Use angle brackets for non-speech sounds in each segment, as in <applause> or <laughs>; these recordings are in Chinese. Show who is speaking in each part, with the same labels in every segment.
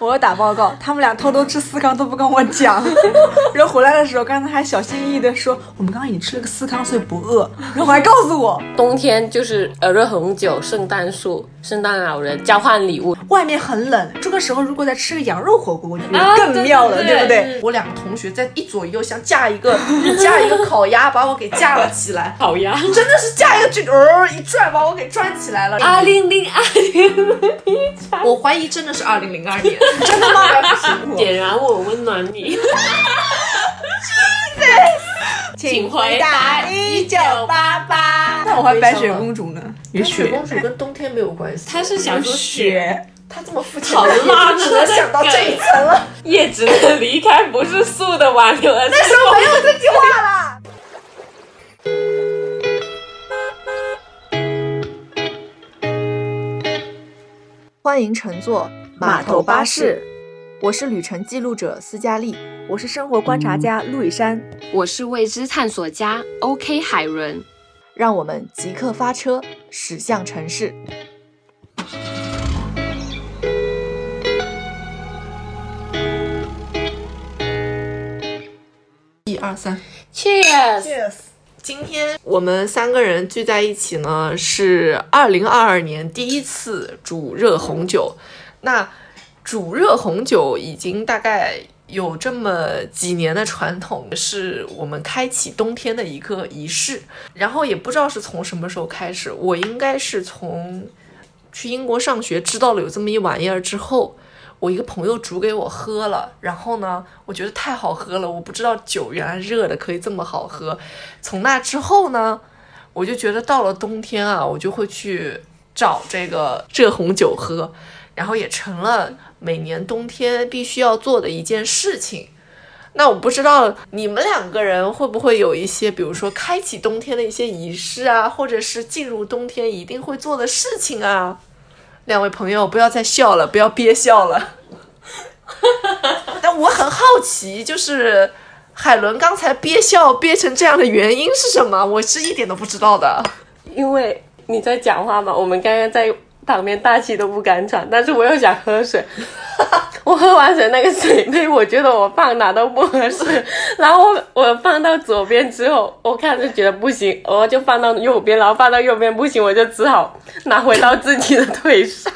Speaker 1: 我打报
Speaker 2: <laughs>
Speaker 1: 告，他们俩偷偷吃司康都不跟我讲，然后回来的时候，刚才还小心翼翼的说我们刚刚已经吃了个司康，所以不
Speaker 2: <laughs>
Speaker 1: 饿，然后还告诉我
Speaker 2: 冬天就是呃热红酒、圣诞树、圣诞老人交换礼物，
Speaker 1: 外面很冷，这个时候如果再吃个羊肉火锅，我觉得
Speaker 2: 啊
Speaker 1: 更妙了，
Speaker 2: 对
Speaker 1: 不
Speaker 2: 对对
Speaker 1: 对？
Speaker 3: 我两个同学在一左一右想架
Speaker 2: <laughs>
Speaker 3: 一个架一个烤鸭，把我给架了起来，
Speaker 2: 烤鸭。
Speaker 3: 真的是架一个就哦一拽把我给拽起来了。
Speaker 2: 二零零二年， <laughs>
Speaker 3: 我怀疑真的是二零零二年，真的吗？不行，我
Speaker 2: 点燃我，温暖你。请回答
Speaker 1: 八八。那我还白雪公主呢？也
Speaker 3: 雪
Speaker 1: 雪
Speaker 3: 公主跟冬天没有关系，
Speaker 2: <laughs> 他是想说雪，
Speaker 1: 雪，
Speaker 3: 她这么肤浅
Speaker 2: 好
Speaker 3: 的，
Speaker 2: 辣
Speaker 3: <laughs> 只能想到这一层了。
Speaker 2: <laughs> 叶子的离开不是树的挽留，而是
Speaker 3: 都没有这句话啦。
Speaker 4: 欢迎乘坐
Speaker 1: 码头巴士，
Speaker 4: 我是旅程记录者斯嘉丽，我是生活观察家陆以山，
Speaker 5: 我是未知探索家 OK 海伦。
Speaker 4: 让我们即刻发车，驶向城市。
Speaker 3: 一二三，
Speaker 2: Cheers。
Speaker 1: Yes，
Speaker 3: 今天我们三个人聚在一起呢，是二零二二年第一次煮热红酒。那煮热红酒已经大概有这么几年的传统，是我们开启冬天的一个仪式。然后也不知道是从什么时候开始，我应该是从去英国上学知道了有这么一玩意儿之后，我一个朋友煮给我喝了，然后呢，我觉得太好喝了，我不知道酒原来热的可以这么好喝。从那之后呢，我就觉得到了冬天啊，我就会去找这个热红酒喝，然后也成了每年冬天必须要做的一件事情。那我不知道你们两个人会不会有一些，比如说开启冬天的一些仪式啊，或者是进入冬天一定会做的事情啊？两位朋友，不要再笑了，不要憋笑了。但我很好奇，就是海伦刚才憋笑憋成这样的原因是什么？我是一点都不知道的。
Speaker 2: 因为你在讲话嘛，我们刚刚在旁边大气都不敢喘，但是我又想喝水，我喝完水那个水杯，我觉得我放哪都不合适，然后我我放到左边之后，我看着觉得不行，我就放到右边，然后放到右边不行，我就只好拿回到自己的腿上。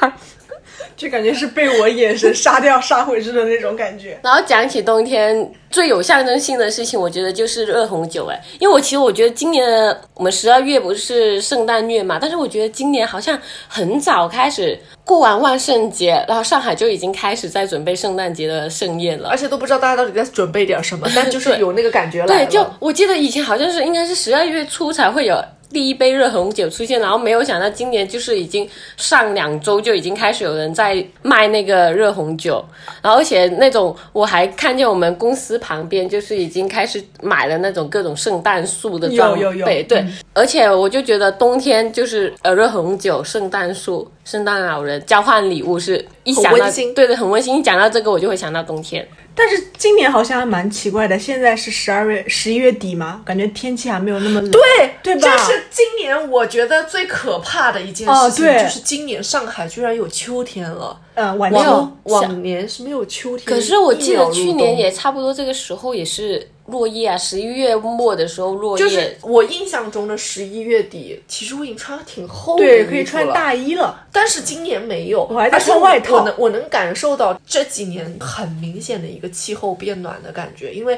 Speaker 1: 就感觉是被我眼神杀掉、杀回去的那种感觉。
Speaker 2: 然后讲起冬天最有象征性的事情，我觉得就是热红酒哎，因为我其实我觉得今年的我们十二月不是圣诞月嘛，但是我觉得今年好像很早开始过完万圣节，然后上海就已经开始在准备圣诞节的盛宴了
Speaker 3: 而。且都不知道大家到底在准备点什么，但就是
Speaker 2: 对
Speaker 3: 有那个感觉来
Speaker 2: 对，
Speaker 3: 了
Speaker 2: 就我记得以前好像是应该是十二月初才会有第一杯热红酒出现，然后没有想到今年就是已经上两周就已经开始有人在卖那个热红酒，然后而且那种我还看见我们公司旁边就是已经开始买了那种各种圣诞树的装备，
Speaker 1: 有有有
Speaker 2: 对，
Speaker 3: 嗯
Speaker 2: 而且我就觉得冬天就是呃热红酒、圣诞树、圣诞老人交换礼物是一
Speaker 3: 很
Speaker 2: 想到
Speaker 3: 温馨
Speaker 2: 对对很温馨，一讲到这个我就会想到冬天。
Speaker 1: 但是今年好像还蛮奇怪的，现在是十二月、十一月底嘛，感觉天气还没有那么冷。对
Speaker 3: 对
Speaker 1: 对吧
Speaker 3: 这是今年我觉得最可怕的一件事情，
Speaker 1: 哦对
Speaker 3: 就是今年上海居然有秋天了，
Speaker 1: 嗯，晚
Speaker 3: 没
Speaker 1: 秋
Speaker 3: 有往年是没有秋天。
Speaker 2: 可是我记得去年
Speaker 3: 一秒入冬
Speaker 2: 也差不多这个时候也是落叶啊，十一月末的时候落叶。
Speaker 3: 就是我印象中的十一月底，其实我已经穿挺厚的
Speaker 1: 对，可以
Speaker 3: 衣服
Speaker 1: 穿
Speaker 3: 了
Speaker 1: 大衣了。
Speaker 3: 但是今年没有，
Speaker 1: 我还在
Speaker 3: 而且
Speaker 1: 穿外套
Speaker 3: 我能我能感受到这几年很明显的一个气候变暖的感觉，因为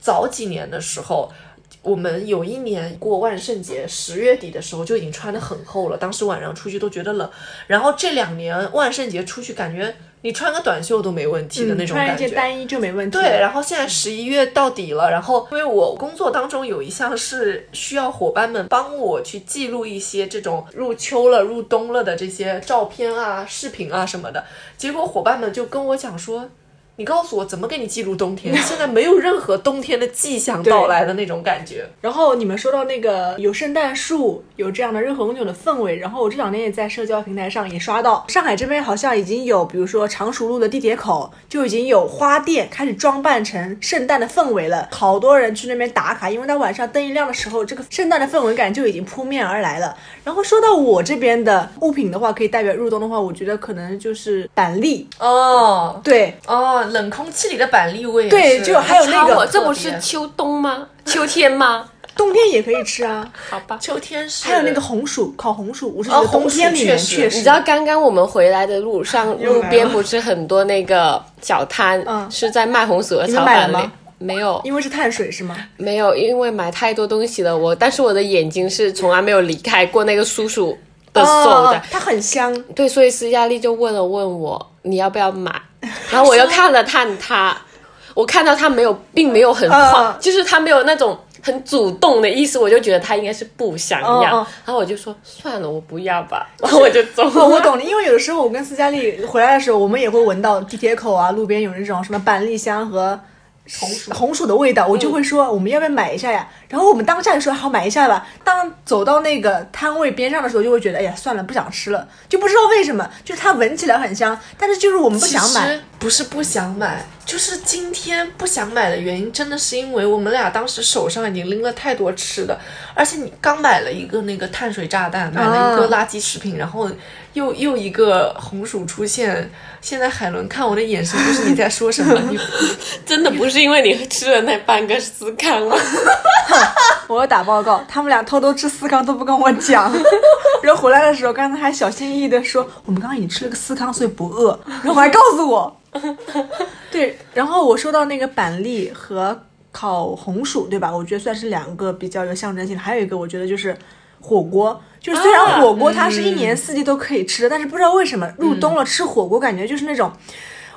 Speaker 3: 早几年的时候。我们有一年过万圣节，十月底的时候就已经穿得很厚了，当时晚上出去都觉得冷。然后这两年万圣节出去，感觉你穿个短袖都没问题的那
Speaker 1: 嗯
Speaker 3: 种
Speaker 1: 穿
Speaker 3: 感
Speaker 1: 一
Speaker 3: 觉。
Speaker 1: 件单衣就没问题。
Speaker 3: <laughs> 对，然后现在十一月到底了，然后因为我工作当中有一项是需要伙伴们帮我去记录一些这种入秋了、入冬了的这些照片啊、视频啊什么的，结果伙伴们就跟我讲说。你告诉我怎么给你记录冬天？现在没有任何冬天的迹象到来的那种感觉。
Speaker 1: 然后你们说到那个有圣诞树，有这样的热红酒的氛围，然后我这两天也在社交平台上也刷到，上海这边好像已经有，比如说常熟路的地铁口就已经有花店开始装扮成圣诞的氛围了，好多人去那边打卡，因为到晚上灯一亮的时候，这个圣诞的氛围感就已经扑面而来了。然后说到我这边的物品的话，可以代表入冬的话，我觉得可能就是板栗，
Speaker 3: 哦
Speaker 1: 对，
Speaker 3: 哦，冷空气里的板栗味也
Speaker 1: 对
Speaker 3: 是
Speaker 1: 就还有那
Speaker 3: 超
Speaker 1: 个
Speaker 5: 我
Speaker 3: 我
Speaker 5: 这
Speaker 3: 这
Speaker 5: 不
Speaker 3: 不
Speaker 5: 是
Speaker 3: 是
Speaker 5: 秋冬吗？秋天吗？
Speaker 1: 冬天也可以吃啊。
Speaker 5: 好吧。
Speaker 3: 秋天是
Speaker 1: 还有那个红薯，烤红薯，我是觉
Speaker 3: 哦
Speaker 1: 得冬
Speaker 3: 红薯
Speaker 1: 天里面
Speaker 3: 确实
Speaker 1: 确实，
Speaker 2: 你知道刚刚我们回来的路
Speaker 1: <laughs>
Speaker 2: 上，路边不是很多那个小摊
Speaker 1: 嗯
Speaker 2: 是在卖红薯和
Speaker 1: 你们
Speaker 2: 炒
Speaker 1: 买
Speaker 2: 板
Speaker 1: 了
Speaker 2: 栗
Speaker 1: 吗？
Speaker 2: 没有，
Speaker 1: 因为是碳水是吗？
Speaker 2: 没有，因为买太多东西了。我，但是我的眼睛是从来没有离开过那个叔叔的手的。
Speaker 1: 哦它很香。
Speaker 2: 对，所以斯嘉丽就问了问我，你要不要买？然后我又看了看他，我看到他没有，并没有很
Speaker 1: 嗯
Speaker 2: 慌，
Speaker 1: 嗯
Speaker 2: 就是他没有那种很主动的意思，我就觉得他应该是不想
Speaker 1: 嗯
Speaker 2: 要。
Speaker 1: 嗯
Speaker 2: 然后我就说算了，我不要吧，然后我就走了。
Speaker 1: 哦，我懂了，因为有的时候我跟斯嘉丽回来的时候，我们也会闻到地铁口啊、路边有那种什么板栗香和红薯嗯红薯的味道，我就会说我们要不要买一下呀？然后我们当下就说好买一下吧。当走到那个摊位边上的时候，就会觉得哎呀算了，不想吃了，就不知道为什么，就是它闻起来很香，但是就是我们不想
Speaker 3: 其
Speaker 1: 买
Speaker 3: 实。不是不想买，就是今天不想买的原因，真的是因为我们俩当时手上已经拎了太多吃的，而且你刚买了一个那个碳水炸弹，买
Speaker 1: 啊
Speaker 3: 了一个垃圾食品，然后又又一个红薯出现。现在海伦看我的眼神就是你在说
Speaker 1: <laughs>
Speaker 3: 什么？你
Speaker 2: <laughs> 真的不是因为你吃了那半个司康吗？
Speaker 1: <laughs> 我要打报告，他们俩偷偷吃司康都不跟我讲，然后回来的时候，刚才还小心翼翼的说我们刚刚已经吃了个司康，所以不饿，然后还告诉我。对，然后我说到那个板栗和烤红薯，对吧？我觉得算是两个比较有象征性的，还有一个我觉得就是。火锅就是虽然火锅它是一年四季都可以吃的，但是不知道为什么入冬了吃火锅，感觉就是那种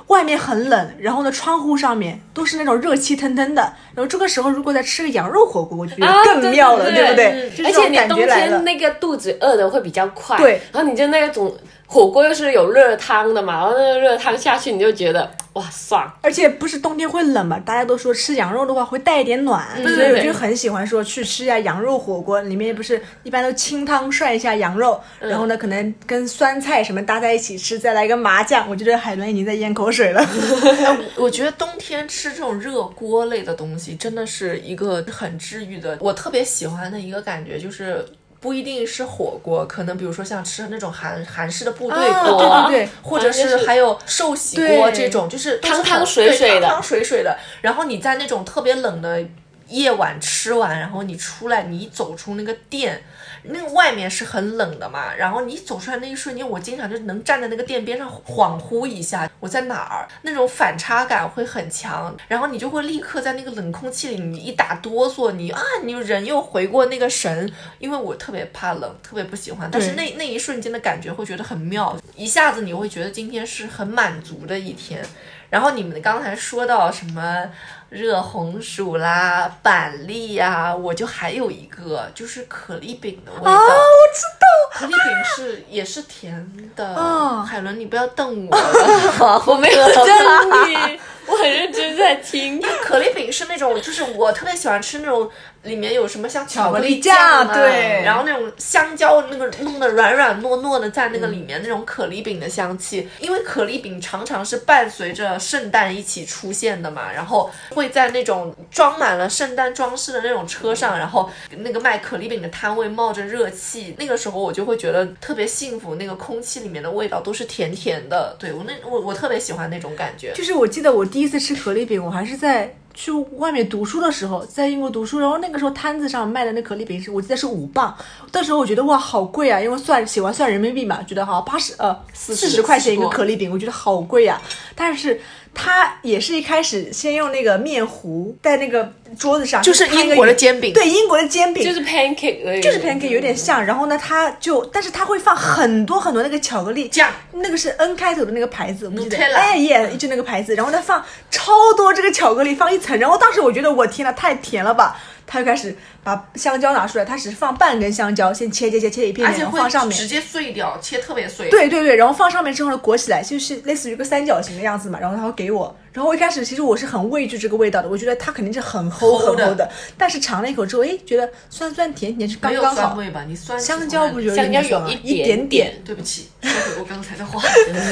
Speaker 1: 外面很冷，然后呢，窗户上面都是那种热气腾腾的。然后这个时候如果再吃个羊肉火锅，我就觉
Speaker 2: 啊 <laughs>
Speaker 1: 得更妙了，
Speaker 2: 对
Speaker 1: 不啊对？就
Speaker 2: 而
Speaker 1: 这种
Speaker 2: 且你
Speaker 1: 感
Speaker 2: 冬
Speaker 1: 觉来了
Speaker 2: 天。那个肚子饿的会比较快，
Speaker 1: 对。
Speaker 2: 然后你就那种火锅又是有热汤的嘛，然后那个热汤下去，你就觉得哇爽。
Speaker 1: 而且不是冬天会冷嘛，大家都说吃羊肉的话会带一点暖，所以我就很喜欢说去吃一下羊肉火锅。里面不是一般都清汤涮一下羊肉，然后呢，可能跟酸菜什么搭在一起吃，再来个麻酱。我觉得海伦已经在咽口水了。
Speaker 3: 我觉得冬天吃这种热锅类的东西，真的是一个很治愈的。我特别喜欢的一个感觉就是。不一定是火锅，可能比如说像吃那种韩韩式的部队
Speaker 1: 啊
Speaker 3: 锅，
Speaker 1: 对对对
Speaker 3: 或者
Speaker 2: 好像
Speaker 3: 是
Speaker 2: 是
Speaker 3: 还有寿喜锅
Speaker 1: 对
Speaker 3: 这种，就是都是
Speaker 2: 汤汤
Speaker 3: 很
Speaker 2: 水水的
Speaker 3: 对汤汤水水的。然后你在那种特别冷的夜晚吃完，然后你出来，你一走出那个店，那个外面是很冷的嘛，然后你走出来那一瞬间，我经常就是能站在那个店边上恍惚一下，我在哪儿，那种反差感会很强，然后你就会立刻在那个冷空气里，你一打哆嗦，你啊，你人又回过那个神，因为我特别怕冷，特别不喜欢，但是那那一瞬间的感觉会觉得很妙，一下子你会觉得今天是很满足的一天。然后你们刚才说到什么热红薯啦、板栗呀、我就还有一个就是可丽饼的味道。可丽饼是也是甜的。
Speaker 1: 哦
Speaker 3: 海伦，你不要瞪我。
Speaker 2: <laughs> 我没有瞪你，我很认真在听。
Speaker 3: 可丽饼是那种，就是我特别喜欢吃那种，里面有什么像巧克力
Speaker 1: 酱
Speaker 3: 啊，
Speaker 1: 对
Speaker 3: 然后那种香蕉那个弄得软软糯糯的，在那个里面、那种可丽饼的香气，因为可丽饼常常是伴随着圣诞一起出现的嘛，然后会在那种装满了圣诞装饰的那种车上，然后那个卖可丽饼的摊位冒着热气，那个时候我就会觉得特别幸福，那个空气里面的味道都是甜甜的，对我那我我特别喜欢那种感觉。
Speaker 1: 就是我记得我第一次吃可丽饼，我还是在去外面读书的时候，在英国读书，然后那个时候摊子上卖的那可丽饼是我记得是五磅，当时候我觉得哇好贵啊，因为算喜欢算人民币嘛，觉得好像八十呃四十块钱一个可丽饼，我觉得好贵啊，但是。它也是一开始先用那个面糊在那个桌子上，
Speaker 3: 就是
Speaker 1: 摊一个
Speaker 3: 英国的煎饼
Speaker 1: 对英国的煎饼，
Speaker 2: 就是 pancake 而已，
Speaker 1: 就是 pancake 有点像，然后呢，它就，但是它会放很多很多那个巧克力
Speaker 3: 酱，
Speaker 1: 那个是 N 开头的那个牌子，我不记得，
Speaker 3: Nutella
Speaker 1: 哎耶，就那个牌子，然后呢放超多这个巧克力，放一层，然后当时我觉得我天呐，太甜了吧，他就开始把香蕉拿出来，他只是放半根香蕉，先切切切切一片
Speaker 3: 而
Speaker 1: 片，
Speaker 3: 且
Speaker 1: 然后
Speaker 3: 会
Speaker 1: 放上面
Speaker 3: 直，接碎掉，切特别碎。
Speaker 1: 对对对，然后放上面之后呢，裹起来，就是类似于一个三角形的样子嘛。然后他会给我，然后一开始其实我是很畏惧这个味道的，我觉得它肯定是很齁很
Speaker 3: 齁的
Speaker 1: 齁的。但是尝了一口之后，哎，觉得酸酸甜甜是刚
Speaker 3: 没有
Speaker 1: 刚
Speaker 3: 酸
Speaker 1: 好。
Speaker 3: 味吧？你酸是
Speaker 1: 香
Speaker 3: 从
Speaker 1: 蕉
Speaker 3: 哪里
Speaker 1: 不觉得
Speaker 2: 香蕉
Speaker 1: 有
Speaker 2: 有
Speaker 1: 一
Speaker 2: 一点
Speaker 1: 点点，
Speaker 3: 对不起，收回我刚才的 <laughs> 话。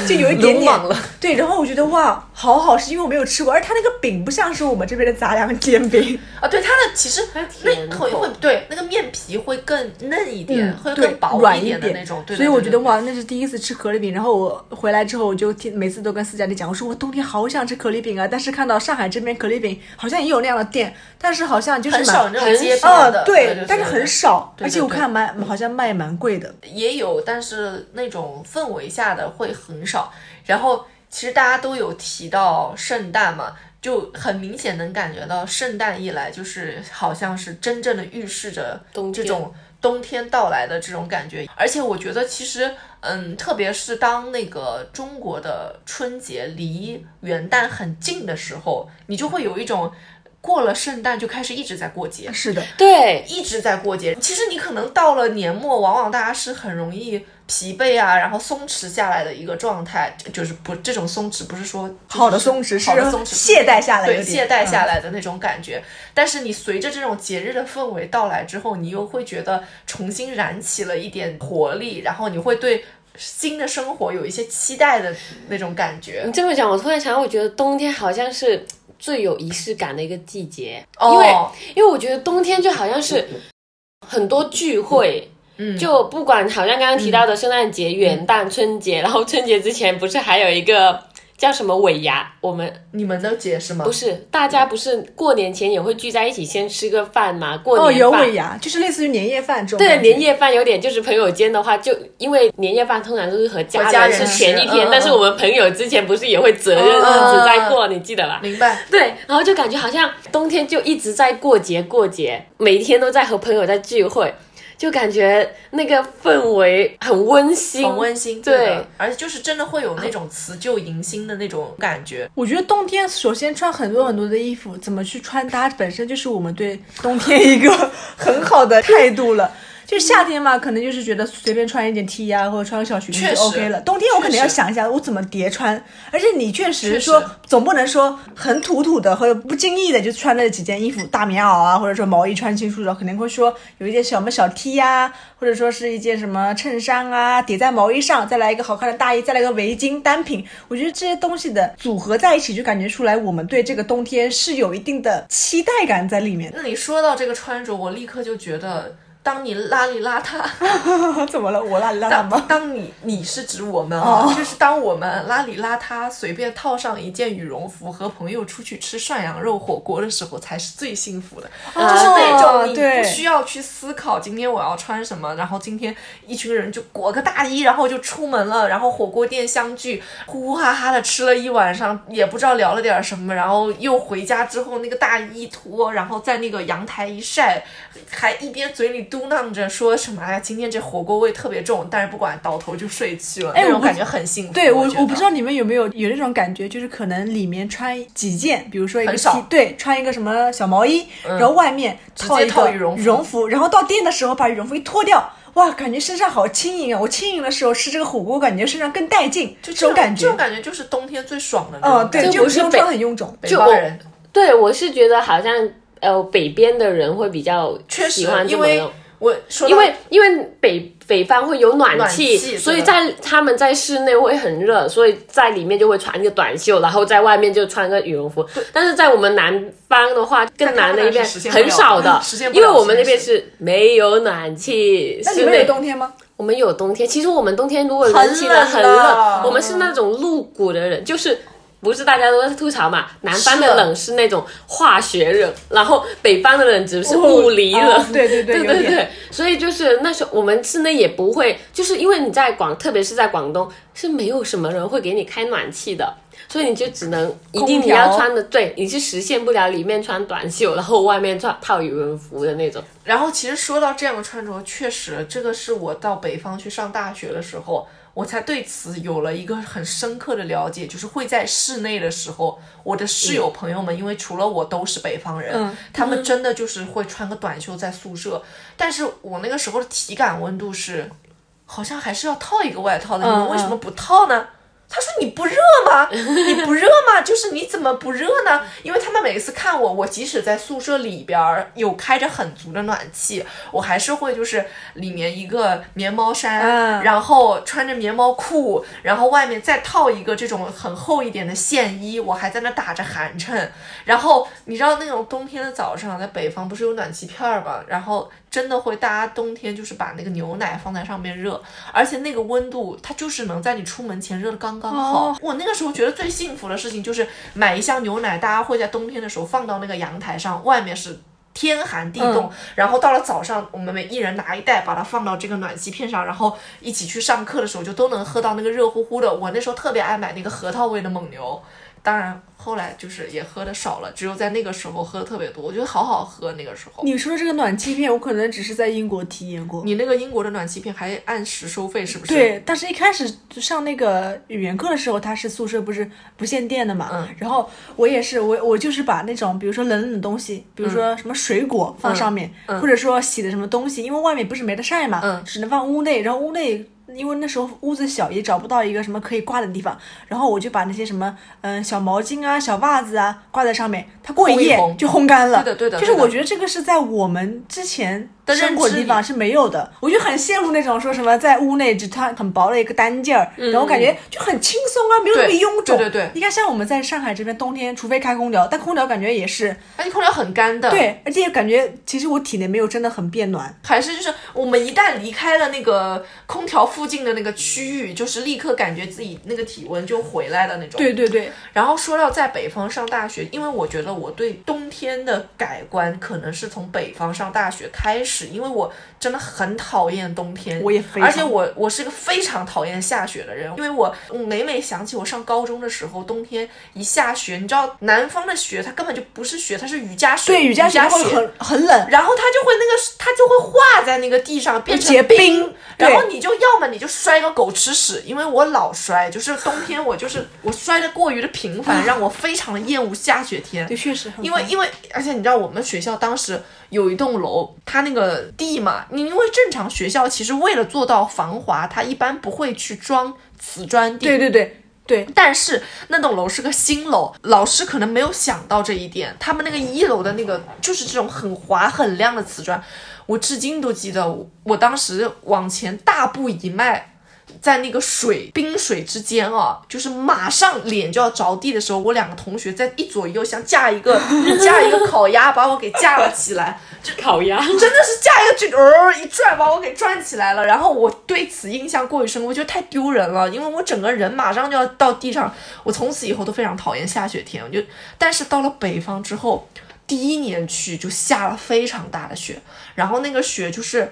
Speaker 1: 就有一点
Speaker 3: 鲁
Speaker 1: 点
Speaker 3: 莽了。
Speaker 1: <laughs> 对，然后我觉得哇，好好吃，因为我没有吃过，而它那个饼不像是我们这边的杂粮煎
Speaker 3: <laughs>
Speaker 1: 饼，
Speaker 3: 啊，对，它的其实
Speaker 2: 它
Speaker 3: 那
Speaker 2: 甜
Speaker 3: 会
Speaker 2: 口
Speaker 3: 会对那个面皮会更嫩一点，会
Speaker 1: 对
Speaker 3: 更，薄
Speaker 1: 软
Speaker 3: 点的
Speaker 1: 点
Speaker 3: 那种。对，
Speaker 1: 所以
Speaker 3: 对
Speaker 1: 我
Speaker 3: 对
Speaker 1: 觉得
Speaker 3: 对
Speaker 1: 哇，那是第一次吃可丽饼。然后我回来之后，我就听每次都跟思佳丽讲，我说我冬天好想吃可丽饼啊，但是看到上海这边可丽饼好像也有那样的店，但是好像就是
Speaker 3: 很少啊
Speaker 1: 蛮
Speaker 3: 那种街边
Speaker 1: 嗯
Speaker 3: 的，，
Speaker 1: 对，但是很。少，
Speaker 3: 对对
Speaker 1: 而且我
Speaker 3: 对
Speaker 1: 看蛮好像卖蛮贵的。
Speaker 3: 也有，但是那种氛围下的会很少。然后其实大家都有提到圣诞嘛，就很明显能感觉到圣诞一来，就是好像是真正的预示着
Speaker 2: 冬
Speaker 3: 这
Speaker 2: 天
Speaker 3: 种冬天到来的这种感觉。而且我觉得其实，嗯，特别是当那个中国的春节离元旦很近的时候，你就会有一种。过了圣诞就开始一直在过节，
Speaker 1: 是的，
Speaker 2: 对，
Speaker 3: 一直在过节。其实你可能到了年末，往往大家是很容易疲惫啊，然后松弛下来的一个状态，就是不这种松弛不是说就是
Speaker 1: 好的松弛是
Speaker 3: 好的松弛
Speaker 1: 懈怠下来有
Speaker 3: 对
Speaker 1: 点
Speaker 3: 懈怠下来的那种感觉。但是你随着这种节日的氛围到来之后，你又会觉得重新燃起了一点活力，然后你会对新的生活有一些期待的那种感觉
Speaker 2: 你。这么讲，我突然想到，我觉得冬天好像是最有仪式感的一个季节，
Speaker 3: 哦
Speaker 2: 因为因为我觉得冬天就好像是很多聚会。
Speaker 3: 嗯
Speaker 2: 就不管好像刚刚提到的圣诞节、元旦、春节，然后春节之前不是还有一个叫什么尾牙？我们
Speaker 3: 你们的节是吗？
Speaker 2: 不是大家不是过年前也会聚在一起先吃个饭嘛？过
Speaker 1: 哦，
Speaker 2: 年
Speaker 1: 有
Speaker 2: 饭、
Speaker 1: 尾牙，就是类似于年夜饭这种
Speaker 2: 对
Speaker 1: 感觉。
Speaker 2: 年夜饭有点就是朋友间的话，就因为年夜饭通常都是和
Speaker 3: 和
Speaker 2: 家
Speaker 3: 家
Speaker 2: 人是前
Speaker 3: 人吃
Speaker 2: 一天，
Speaker 3: 嗯
Speaker 2: 但是
Speaker 3: 嗯
Speaker 2: 我们朋友之前不是也会择日
Speaker 3: 嗯
Speaker 2: 子
Speaker 3: 嗯
Speaker 2: 在
Speaker 3: 嗯
Speaker 2: 过，你记得吧？
Speaker 3: 明白。
Speaker 2: 对，然后就感觉好像冬天就一直在过节过节，每天都在和朋友在聚会，就感觉那个氛围很温馨，
Speaker 3: 很温馨，
Speaker 2: 对
Speaker 3: 的而且就是真的会有那种辞旧迎新的那种感觉。
Speaker 1: 我觉得冬天首先穿很多很多的衣服，怎么去穿搭本身就是我们对冬天一个 <laughs> 很好的态度了。就夏天嘛，可能就是觉得随便穿一件 T 啊，或者穿个小裙子
Speaker 3: 确实
Speaker 1: 就 OK 了。冬天我可能要想一下我怎么叠穿，而且你确实说
Speaker 3: 确实
Speaker 1: 总不能说很土土的或者不经意的就穿了几件衣服，大棉袄啊，或者说毛衣穿清楚了，肯定会说有一件什么小 T 呀、或者说是一件什么衬衫啊，叠在毛衣上，再来一个好看的大衣，再来个围巾单品。我觉得这些东西的组合在一起，就感觉出来我们对这个冬天是有一定的期待感在里面。 <laughs>
Speaker 3: 那你说到这个穿着，我立刻就觉得，当你邋里邋
Speaker 1: <laughs>
Speaker 3: 遢，
Speaker 1: 怎么了？哦我邋里邋遢
Speaker 3: 当
Speaker 1: 吗？
Speaker 3: 当你你是指我们啊，就是当我们邋里邋遢，随便套上一件羽绒服，和朋友出去吃涮羊肉火锅的时候，才是最幸福的。就是那种你
Speaker 1: 哦对
Speaker 3: 不需要去思考今天我要穿什么，然后今天一群人就裹个大衣，然后就出门了，然后火锅店相聚，呼呼哈哈的吃了一晚上，也不知道聊了点什么，然后又回家之后那个大衣一脱，然后在那个阳台一晒，还一边嘴里嘟囔着说什么哎呀，今天这火锅味特别重，但是不管倒头就睡去了，
Speaker 1: 哎
Speaker 3: 那
Speaker 1: 我
Speaker 3: 种
Speaker 1: 不
Speaker 3: 感觉很幸福。
Speaker 1: 对我，
Speaker 3: 我觉得
Speaker 1: 我不知道你们有没有有那种感觉，就是可能里面穿几件，比如说一个
Speaker 3: 很
Speaker 1: T，
Speaker 3: 少嗯
Speaker 1: 对，穿一个什么小毛衣，然后外面套
Speaker 3: 接
Speaker 1: 一个
Speaker 3: 套羽绒服
Speaker 1: 服，然后到店的时候把羽绒服一脱掉，哇，感觉身上好轻盈啊！我轻盈的时候吃这个火锅，感觉身上更带劲，
Speaker 3: 就
Speaker 1: 这种感觉
Speaker 3: 这种。感觉就是冬天最爽的那
Speaker 1: 哦，
Speaker 3: 种感
Speaker 1: 对，
Speaker 3: 觉。
Speaker 1: 就
Speaker 2: 不是
Speaker 1: 用
Speaker 2: 北
Speaker 1: 穿很臃肿，
Speaker 3: 北
Speaker 2: 就
Speaker 3: 方
Speaker 2: 我
Speaker 3: 人。
Speaker 2: 对我是觉得好像呃北边的人会比较
Speaker 3: 确实
Speaker 2: 喜欢，这
Speaker 3: 因
Speaker 2: 么
Speaker 3: 为
Speaker 2: 弄
Speaker 3: 我说到
Speaker 2: 因为因为北北方会有暖气，
Speaker 3: 暖气
Speaker 2: 所以
Speaker 3: 对
Speaker 2: 在他们在室内会很热，所以在里面就会穿一个短袖，然后在外面就穿个羽绒服。但是在我们南方的话，更南的一边
Speaker 3: 在他们那是实现不了
Speaker 2: 很少的
Speaker 3: 实现，不
Speaker 2: 因
Speaker 3: 了
Speaker 2: 为我们那边是没有暖气，
Speaker 1: 那你
Speaker 2: 室
Speaker 1: 们有
Speaker 2: 内
Speaker 1: 冬天吗？
Speaker 2: 我们有冬天。其实我们冬天如果人起来很
Speaker 3: 很冷的
Speaker 2: 冷，我们是那种露骨的人，就是。不是大家都在吐槽嘛？南方
Speaker 3: 是
Speaker 2: 的
Speaker 3: 的
Speaker 2: 冷是那种化学热，然后北方的冷只是物理冷。
Speaker 1: 哦对对
Speaker 2: <laughs> 对
Speaker 1: 有
Speaker 2: 对
Speaker 1: 点
Speaker 2: 对，所以就是那时候我们室内也不会，就是因为你在广，特别是在广东是没有什么人会给你开暖气的，所以你就只能一定你
Speaker 1: 空调
Speaker 2: 要穿的，对，你是实现不了里面穿短袖，然后外面穿套羽绒服的那种。
Speaker 3: 然后其实说到这样的穿着，确实这个是我到北方去上大学的时候，我才对此有了一个很深刻的了解，就是会在室内的时候，我的室友朋友们，因为除了我都是北方人，他们真的就是会穿个短袖在宿舍，但是我那个时候的体感温度是，好像还是要套一个外套的，你
Speaker 1: 嗯
Speaker 3: 们为什么不套呢？他说：“你不热
Speaker 1: <laughs>
Speaker 3: 吗？你不热吗？就是你怎么不热呢？因为他们每次看我，我即使在宿舍里边儿有开着很足的暖气，我还是会就是里面一个棉毛衫，
Speaker 1: 嗯
Speaker 3: 然后穿着棉毛裤，然后外面再套一个这种很厚一点的线衣，我还在那打着寒颤。然后你知道那种冬天的早上，在北方不是有暖气片儿吗？然后真的会，大家冬天就是把那个牛奶放在上面热，而且那个温度它就是能在你出门前热的刚刚好。我那个时候觉得最幸福的事情就是买一箱牛奶，大家会在冬天的时候放到那个阳台上，外面是。天寒地
Speaker 1: 嗯
Speaker 3: 冻，然后到了早上，我们每一人拿一袋，把它放到这个暖气片上，然后一起去上课的时候就都能喝到那个热乎乎的。我那时候特别爱买那个核桃味的蒙牛，当然后来就是也喝的少了，只有在那个时候喝的特别多，我觉得好好喝那个时候。
Speaker 1: 你说的这个暖气片，我可能只是在英国体验过。
Speaker 3: 你那个英国的暖气片还按时收费是不是？
Speaker 1: 对，但是一开始就上那个语言课的时候，他是宿舍不是不限电的嘛，
Speaker 3: 嗯
Speaker 1: 然后我也是，我我就是把那种比如说冷冷的东西，比如
Speaker 3: 嗯
Speaker 1: 说什么水果放上面，或者说洗的什么东西，因为外面不是没得晒嘛，
Speaker 3: 嗯
Speaker 1: 只能放屋内，然后屋内。因为那时候屋子小，也找不到一个什么可以挂的地方，然后我就把那些什么嗯、小毛巾啊、小袜子啊挂在上面，它过
Speaker 3: 烘一
Speaker 1: 夜
Speaker 3: 烘
Speaker 1: 就烘干了。
Speaker 3: 对的对的
Speaker 1: 就是
Speaker 3: 对的
Speaker 1: 我觉得这个是在我们之前
Speaker 3: 的认
Speaker 1: 生活
Speaker 3: 知
Speaker 1: 地
Speaker 3: 里
Speaker 1: 方是没有的，我就很羡慕那种说什么在屋内只穿很薄的一个单件儿，然后感觉就很轻松啊，没有那么
Speaker 3: 嗯对
Speaker 1: 臃肿。
Speaker 3: 对对对
Speaker 1: 你看，像我们在上海这边冬天，除非开空调，但空调感觉也是
Speaker 3: 而哎且空调很干的。，
Speaker 1: 对，而且感觉其实我体内没有真的很变暖。
Speaker 3: 还是就是我们一旦离开了那个空调附近的那个区域，就是立刻感觉自己那个体温就回来了那种。
Speaker 1: 对对，
Speaker 3: 然后说到在北方上大学，因为我觉得我对冬天的改观可能是从北方上大学开始，因为我真的很讨厌冬天，
Speaker 1: 我也非常
Speaker 3: 而且我我是个非常讨厌下雪的人，因为我我每每想起我上高中的时候，冬天一下雪，你知道南方的雪它根本就不是雪，它是雨夹雪，
Speaker 1: 对
Speaker 3: 雨
Speaker 1: 雨夹雪会很很冷，
Speaker 3: 然后它就会那个，它就会化在那个地上变成
Speaker 1: 结冰对
Speaker 3: 然后你就要么你就摔个狗吃屎，因为我老摔，就是冬天我就是我摔的过于的频繁，让我非常的厌恶下雪天。
Speaker 1: 对，确实很
Speaker 3: 因为
Speaker 1: 烦
Speaker 3: 因为，而且你知道我们学校当时有一栋楼，它那个地嘛，你因为正常学校其实为了做到防滑，它一般不会去装瓷砖地，
Speaker 1: 对对对对，
Speaker 3: 但是那栋楼是个新楼，老师可能没有想到这一点。他们那个一楼的那个就是这种很滑很亮的瓷砖，我至今都记得我。我当时往前大步一迈，在那个水冰水之间啊，就是马上脸就要着地的时候，我两个同学在一左一右像架一个架一个烤鸭，把我给架了起来。
Speaker 2: 烤鸭，
Speaker 3: 真的是架一个卷儿一拽，把我给转起来了。然后我对此印象过于深刻，我觉得太丢人了，因为我整个人马上就要到地上。我从此以后都非常讨厌下雪天。我就，但是到了北方之后，第一年去就下了非常大的雪，然后那个雪就是，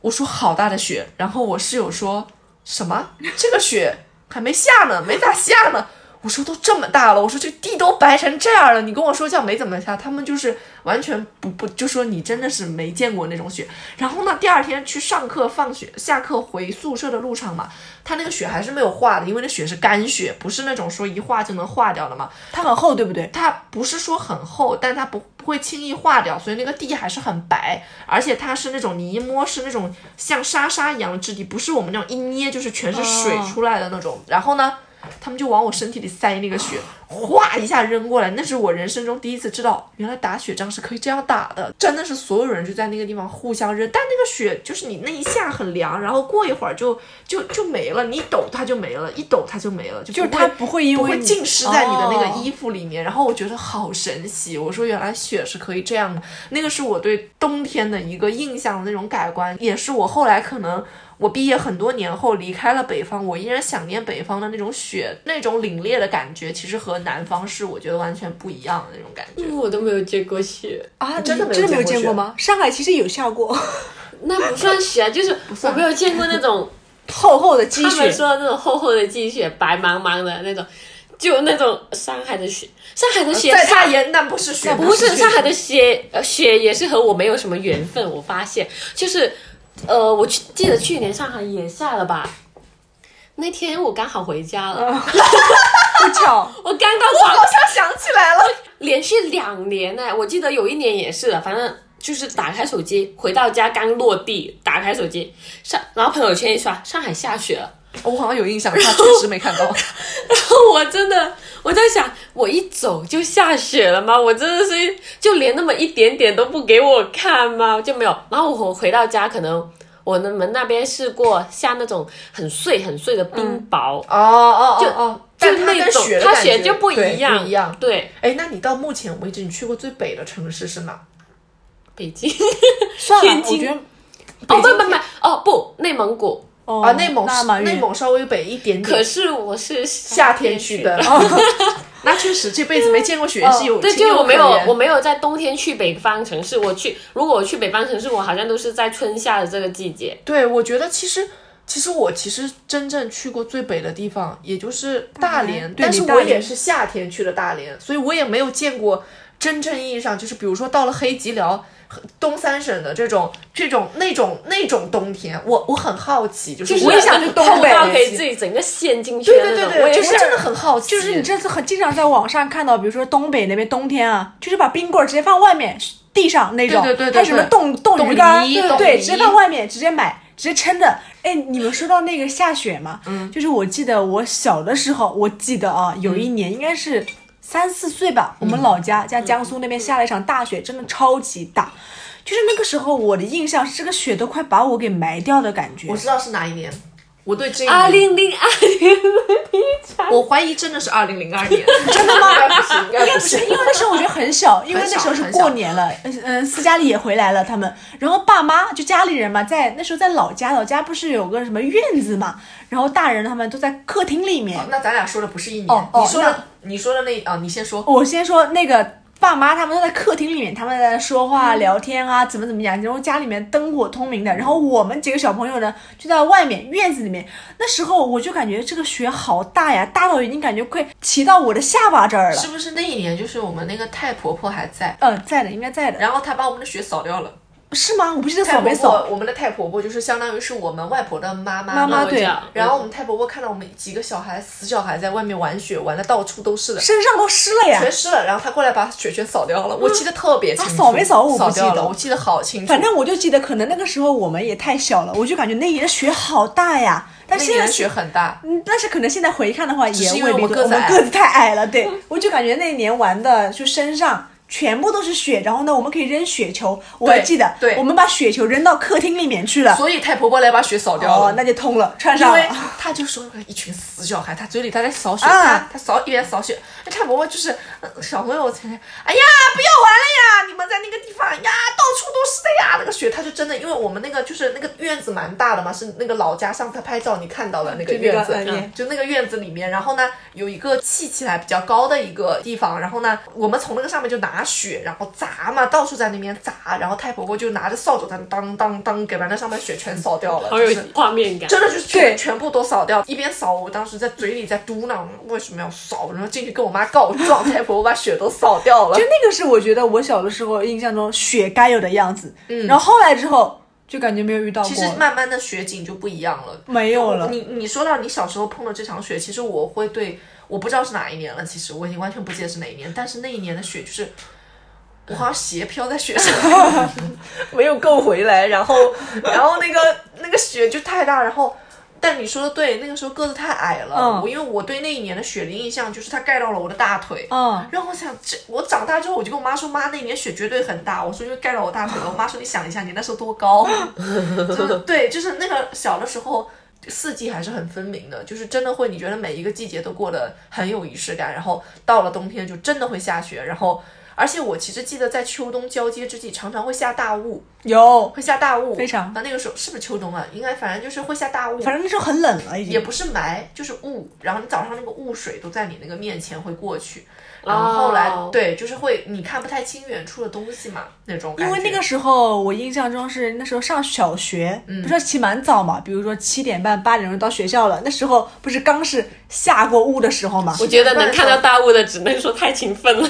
Speaker 3: 我说好大的雪，然后我室友说什么这个雪还没下呢，没咋下呢。我说都这么大了，我说这地都白成这样了，你跟我说叫没怎么下，他们就是完全不不就说你真的是没见过那种雪。然后呢，第二天去上课、放学、下课回宿舍的路上嘛，它那个雪还是没有化的，因为那雪是干雪，不是那种说一化就能化掉的嘛。
Speaker 1: 它很厚，对不对？
Speaker 3: 它不是说很厚，但它不不会轻易化掉，所以那个地还是很白，而且它是那种你一摸是那种像沙沙一样的质地，不是我们那种一捏就是全是水
Speaker 1: 哦
Speaker 3: 出来的那种。然后呢，他们就往我身体里塞那个雪，哗一下扔过来，那是我人生中第一次知道，原来打雪仗是可以这样打的，真的是所有人就在那个地方互相扔，但那个雪就是你那一下很凉，然后过一会儿就就就没了，你一抖它就没了，一抖它就没了，就
Speaker 1: 就是
Speaker 3: 不
Speaker 1: 它
Speaker 3: 会
Speaker 1: 不会因
Speaker 3: 不
Speaker 1: 为
Speaker 3: 会
Speaker 1: 你
Speaker 3: 浸湿在你的那
Speaker 1: 哦
Speaker 3: 个衣服里面，然后我觉得好神奇。我说原来雪是可以这样的，那个是我对冬天的一个印象的那种改观，也是我后来可能我毕业很多年后离开了北方，我依然想念北方的那种雪那种凛冽的感觉，其实和南方是我觉得完全不一样的那种感觉。
Speaker 2: 我都没有见过雪，
Speaker 1: 啊，
Speaker 3: 真的
Speaker 1: 你
Speaker 3: 没有
Speaker 1: 真的没有
Speaker 3: 见过
Speaker 1: 见过
Speaker 3: 雪
Speaker 1: 吗？上海其实有下过 <laughs>
Speaker 2: 那不算雪啊，就是我没有见过那种
Speaker 1: 厚厚的积
Speaker 2: 他们
Speaker 1: 雪，
Speaker 2: 说的那种厚厚的积雪，白茫茫的那种，就那种上海的雪，上海的雪
Speaker 3: 呃在他眼那不是雪，
Speaker 2: 不是
Speaker 3: 雪
Speaker 2: 上海的雪，呃，雪也是和我没有什么缘分。我发现，就是，呃，我去记得去年上海也下了吧。那天我刚好回家了，
Speaker 1: 哦
Speaker 2: <laughs>
Speaker 1: 不巧，
Speaker 2: 我刚到广
Speaker 3: 好像想起来了，
Speaker 2: 连续两年呢、我记得有一年也是的，反正就是打开手机，回到家刚落地，打开手机上，然后朋友圈一刷，上海下雪了，
Speaker 3: 我好像有印象，他确实没看到。
Speaker 2: <laughs> 我真的我在想，我一走就下雪了吗？我真的是就连那么一点点都不给我看吗？就没有。然后我回到家，可能我们那边试过下那种很碎很碎的冰雹，
Speaker 3: <laughs> 哦哦
Speaker 2: 就
Speaker 3: 哦，
Speaker 2: 就
Speaker 3: 但它
Speaker 2: 那
Speaker 3: 跟
Speaker 2: 种
Speaker 3: 雪的
Speaker 2: 它
Speaker 3: 感觉
Speaker 2: 雪就不
Speaker 3: 对
Speaker 2: 一样，
Speaker 3: 不一样。
Speaker 2: 对，
Speaker 3: 哎，那你到目前为止，你去过最北的城市是哪？
Speaker 2: 北
Speaker 3: <laughs>
Speaker 2: 京。
Speaker 1: 算了，
Speaker 2: 天
Speaker 1: 我
Speaker 2: 津
Speaker 1: 觉
Speaker 3: 啊
Speaker 1: 得
Speaker 2: 哦不不不，哦不，内蒙古。
Speaker 1: 哦
Speaker 3: 啊，内蒙
Speaker 1: 那蛮远
Speaker 3: 内蒙稍微北一点
Speaker 2: 可
Speaker 3: 点，
Speaker 2: 是我是
Speaker 3: 夏
Speaker 2: 夏
Speaker 3: 天去
Speaker 2: 去
Speaker 3: 的。。 <laughs> 那确实这辈子没见过雪
Speaker 2: <laughs>
Speaker 3: 是有
Speaker 2: 哦对，
Speaker 3: 情
Speaker 2: 就是我
Speaker 3: 可
Speaker 2: 没有，
Speaker 3: 原
Speaker 2: 我没有在冬天去北方城市。我去，如果我去北方城市，我好像都是在春夏的这个季节。
Speaker 3: 对，我觉得其实其实我其实真正去过最北的地方，也就是大连，
Speaker 1: 对
Speaker 3: 但
Speaker 1: 离
Speaker 3: 是
Speaker 1: 大
Speaker 3: 我也
Speaker 1: 连
Speaker 3: 是夏天去的大连，所以我也没有见过真正意义上就是比如说到了黑吉辽。东三省的这种、这种、那种、那种冬天，我我很好奇，就是
Speaker 2: 就是
Speaker 3: 我也想去东北。
Speaker 2: 到可以自己整个陷进去
Speaker 3: 对
Speaker 2: 的
Speaker 3: 对
Speaker 2: 那
Speaker 3: 对
Speaker 2: 种。
Speaker 3: 对，
Speaker 2: 我也
Speaker 3: 就是真的很好奇。
Speaker 1: 就是你这次很经常在网上看到，比如说东北那边冬天啊，就是把冰棍儿直接放外面地上那种，
Speaker 3: 对对对对
Speaker 1: 还有什么冻冻鱼干儿，
Speaker 3: 冻梨
Speaker 1: 对
Speaker 3: 冻
Speaker 1: 对，
Speaker 3: 梨
Speaker 1: 直接放外面，直接买，直接撑着。哎，你们说到那个下雪嘛，嗯，就是我记得我小的时候，我记得啊，有
Speaker 3: 嗯
Speaker 1: 一年应该是三四岁吧，我们老家在江苏那边下了一场大雪，真的超级大。就是那个时候，我的印象是这个雪都快把我给埋掉的感觉
Speaker 3: 我。知道是哪一年，我对这
Speaker 2: 二
Speaker 3: 个
Speaker 2: 零零二
Speaker 3: 我怀疑真的是二零零二 <laughs> 年，
Speaker 1: 真的吗？
Speaker 3: 应该
Speaker 1: <laughs>
Speaker 3: 不是，
Speaker 1: 因为那时候我觉得很小，因为那时候是过年了，嗯嗯，斯嘉丽也回来了，他们，然后爸妈就家里人嘛，在那时候在老家，老家不是有个什么院子嘛，然后大人他们都在客厅里面。
Speaker 3: <laughs> 那咱俩说的不是一年，
Speaker 1: 哦哦
Speaker 3: 你说
Speaker 1: 那
Speaker 3: 的你说的那啊，你先说。
Speaker 1: 我先说那个爸妈他们都在客厅里面，他们在说话、聊天啊，怎么怎么样，然后家里面灯火通明的，然后我们几个小朋友呢就在外面院子里面。那时候我就感觉这个雪好大呀，大到已经感觉快骑到我的下巴这儿了
Speaker 3: 是。不是那一年就是我们那个太婆婆还在，
Speaker 1: 嗯，在的，应该在的，
Speaker 3: 然后她把我们的雪扫掉了？
Speaker 1: 是吗？我不记得
Speaker 3: 太
Speaker 1: 扫
Speaker 3: 婆
Speaker 1: 没扫。
Speaker 3: 婆，我们的太婆婆就是相当于是我们外婆的妈妈
Speaker 1: 妈妈
Speaker 3: 嘛
Speaker 1: 啊对
Speaker 3: 然后我们太婆婆看到我们几个小孩死小孩在外面玩雪，玩的到处都是的，
Speaker 1: 身上都湿了呀，
Speaker 3: 全湿了。然后她过来把雪全扫掉了，我记得特别清楚。
Speaker 1: 啊扫没扫我不
Speaker 3: 扫
Speaker 1: 记
Speaker 3: 掉
Speaker 1: 得
Speaker 3: 了，我记得好清楚。
Speaker 1: 反正我就记得，可能那个时候我们也太小了，我就感觉那年的雪好大呀。但
Speaker 3: 那
Speaker 1: 现
Speaker 3: 年
Speaker 1: 在
Speaker 3: 的雪，很大，
Speaker 1: 嗯，但是可能现在回看的话，
Speaker 3: 是
Speaker 1: 也
Speaker 3: 因为
Speaker 1: 未必
Speaker 3: 我
Speaker 1: 多
Speaker 3: 们个子矮
Speaker 1: 我们个子太矮了，对，我就感觉那年玩的就身上。全部都是雪，然后呢，我们可以扔雪球，我还记得，
Speaker 3: 对
Speaker 1: 我们把雪球扔到客厅里面去了，
Speaker 3: 所以太婆婆来把雪扫掉
Speaker 1: 哦
Speaker 3: 了，。
Speaker 1: 那就通了，穿
Speaker 3: 因
Speaker 1: 上
Speaker 3: 为
Speaker 1: 了，
Speaker 3: 他就说一群死小孩，他嘴里他在扫雪，
Speaker 1: 啊
Speaker 3: 他他扫一边扫雪，那他伯伯就是呃小朋友才，哎呀不要玩了呀，你们在那个地方呀，到处都是的呀，那个雪他就真的，因为我们那个就是那个院子蛮大的嘛，是那个老家上次拍照你看到的那个
Speaker 1: 就那个
Speaker 3: 院子，
Speaker 1: 嗯
Speaker 3: 嗯就那个院子里面，然后呢有一个砌起来比较高的一个地方，然后呢我们从那个上面就拿雪，然后砸嘛，到处在那边砸，然后太婆婆就拿着扫帚在那当当当给把那上面雪全扫掉了，
Speaker 2: 好
Speaker 3: 就
Speaker 2: 有
Speaker 3: 是
Speaker 2: 画面感。
Speaker 3: 真的就是全
Speaker 1: 对
Speaker 3: 全部都扫掉，一边扫，我当时在嘴里在嘟囔为什么要扫，然后进去跟我妈告状，太婆婆把雪都扫掉了
Speaker 1: 就。 <laughs> 那个是我觉得我小的时候印象中雪该有的样子，嗯，然后后来之后就感觉没有遇到过
Speaker 3: 其
Speaker 1: 了，
Speaker 3: 实慢慢的雪景就不一样了。
Speaker 1: 没有了，
Speaker 3: 你你说到你小时候碰到这场雪，其实我会对，我不知道是哪一年了，其实我已经完全不记得是哪一年，但是那一年的雪就是。我好像斜飘在雪上，
Speaker 1: <laughs>
Speaker 3: 没有够回来，然后，然后那个那个雪就太大，然后，但你说的对，那个时候个子太矮了，
Speaker 1: 嗯
Speaker 3: 我因为我对那一年的雪的印象就是它盖到了我的大腿，
Speaker 1: 嗯，
Speaker 3: 然后我想，这我长大之后，我就跟我妈说，妈，那年雪绝对很大。我说因为盖到我大腿了。我妈说，你想一下，你那时候多高？ <laughs> 就是对，就是那个小的时候，四季还是很分明的，就是真的会，你觉得每一个季节都过得很有仪式感。然后到了冬天，就真的会下雪。然后，而且我其实记得在秋冬交接之际，常常会下大雾，
Speaker 1: 有，
Speaker 3: 会下大雾，
Speaker 1: 非常
Speaker 3: 那那个时候是不是秋冬啊？应该反正就是会下大雾，
Speaker 1: 反正那时候很冷了已经，
Speaker 3: 也不是霾，就是雾，然后你早上那个雾水都在你那个面前会过去，然后后来、
Speaker 2: 哦
Speaker 3: 对，就是会你看不太清远处的东西嘛，那种感
Speaker 1: 因
Speaker 3: 觉。
Speaker 1: 为那个时候我印象中是那时候上小学，
Speaker 3: 嗯
Speaker 1: 不是要起蛮早嘛，比如说七点半八点钟到学校了，那时候不是刚是下过雾的时候嘛，
Speaker 2: 我觉得能看到大雾的，只能说太勤奋 <laughs> 了。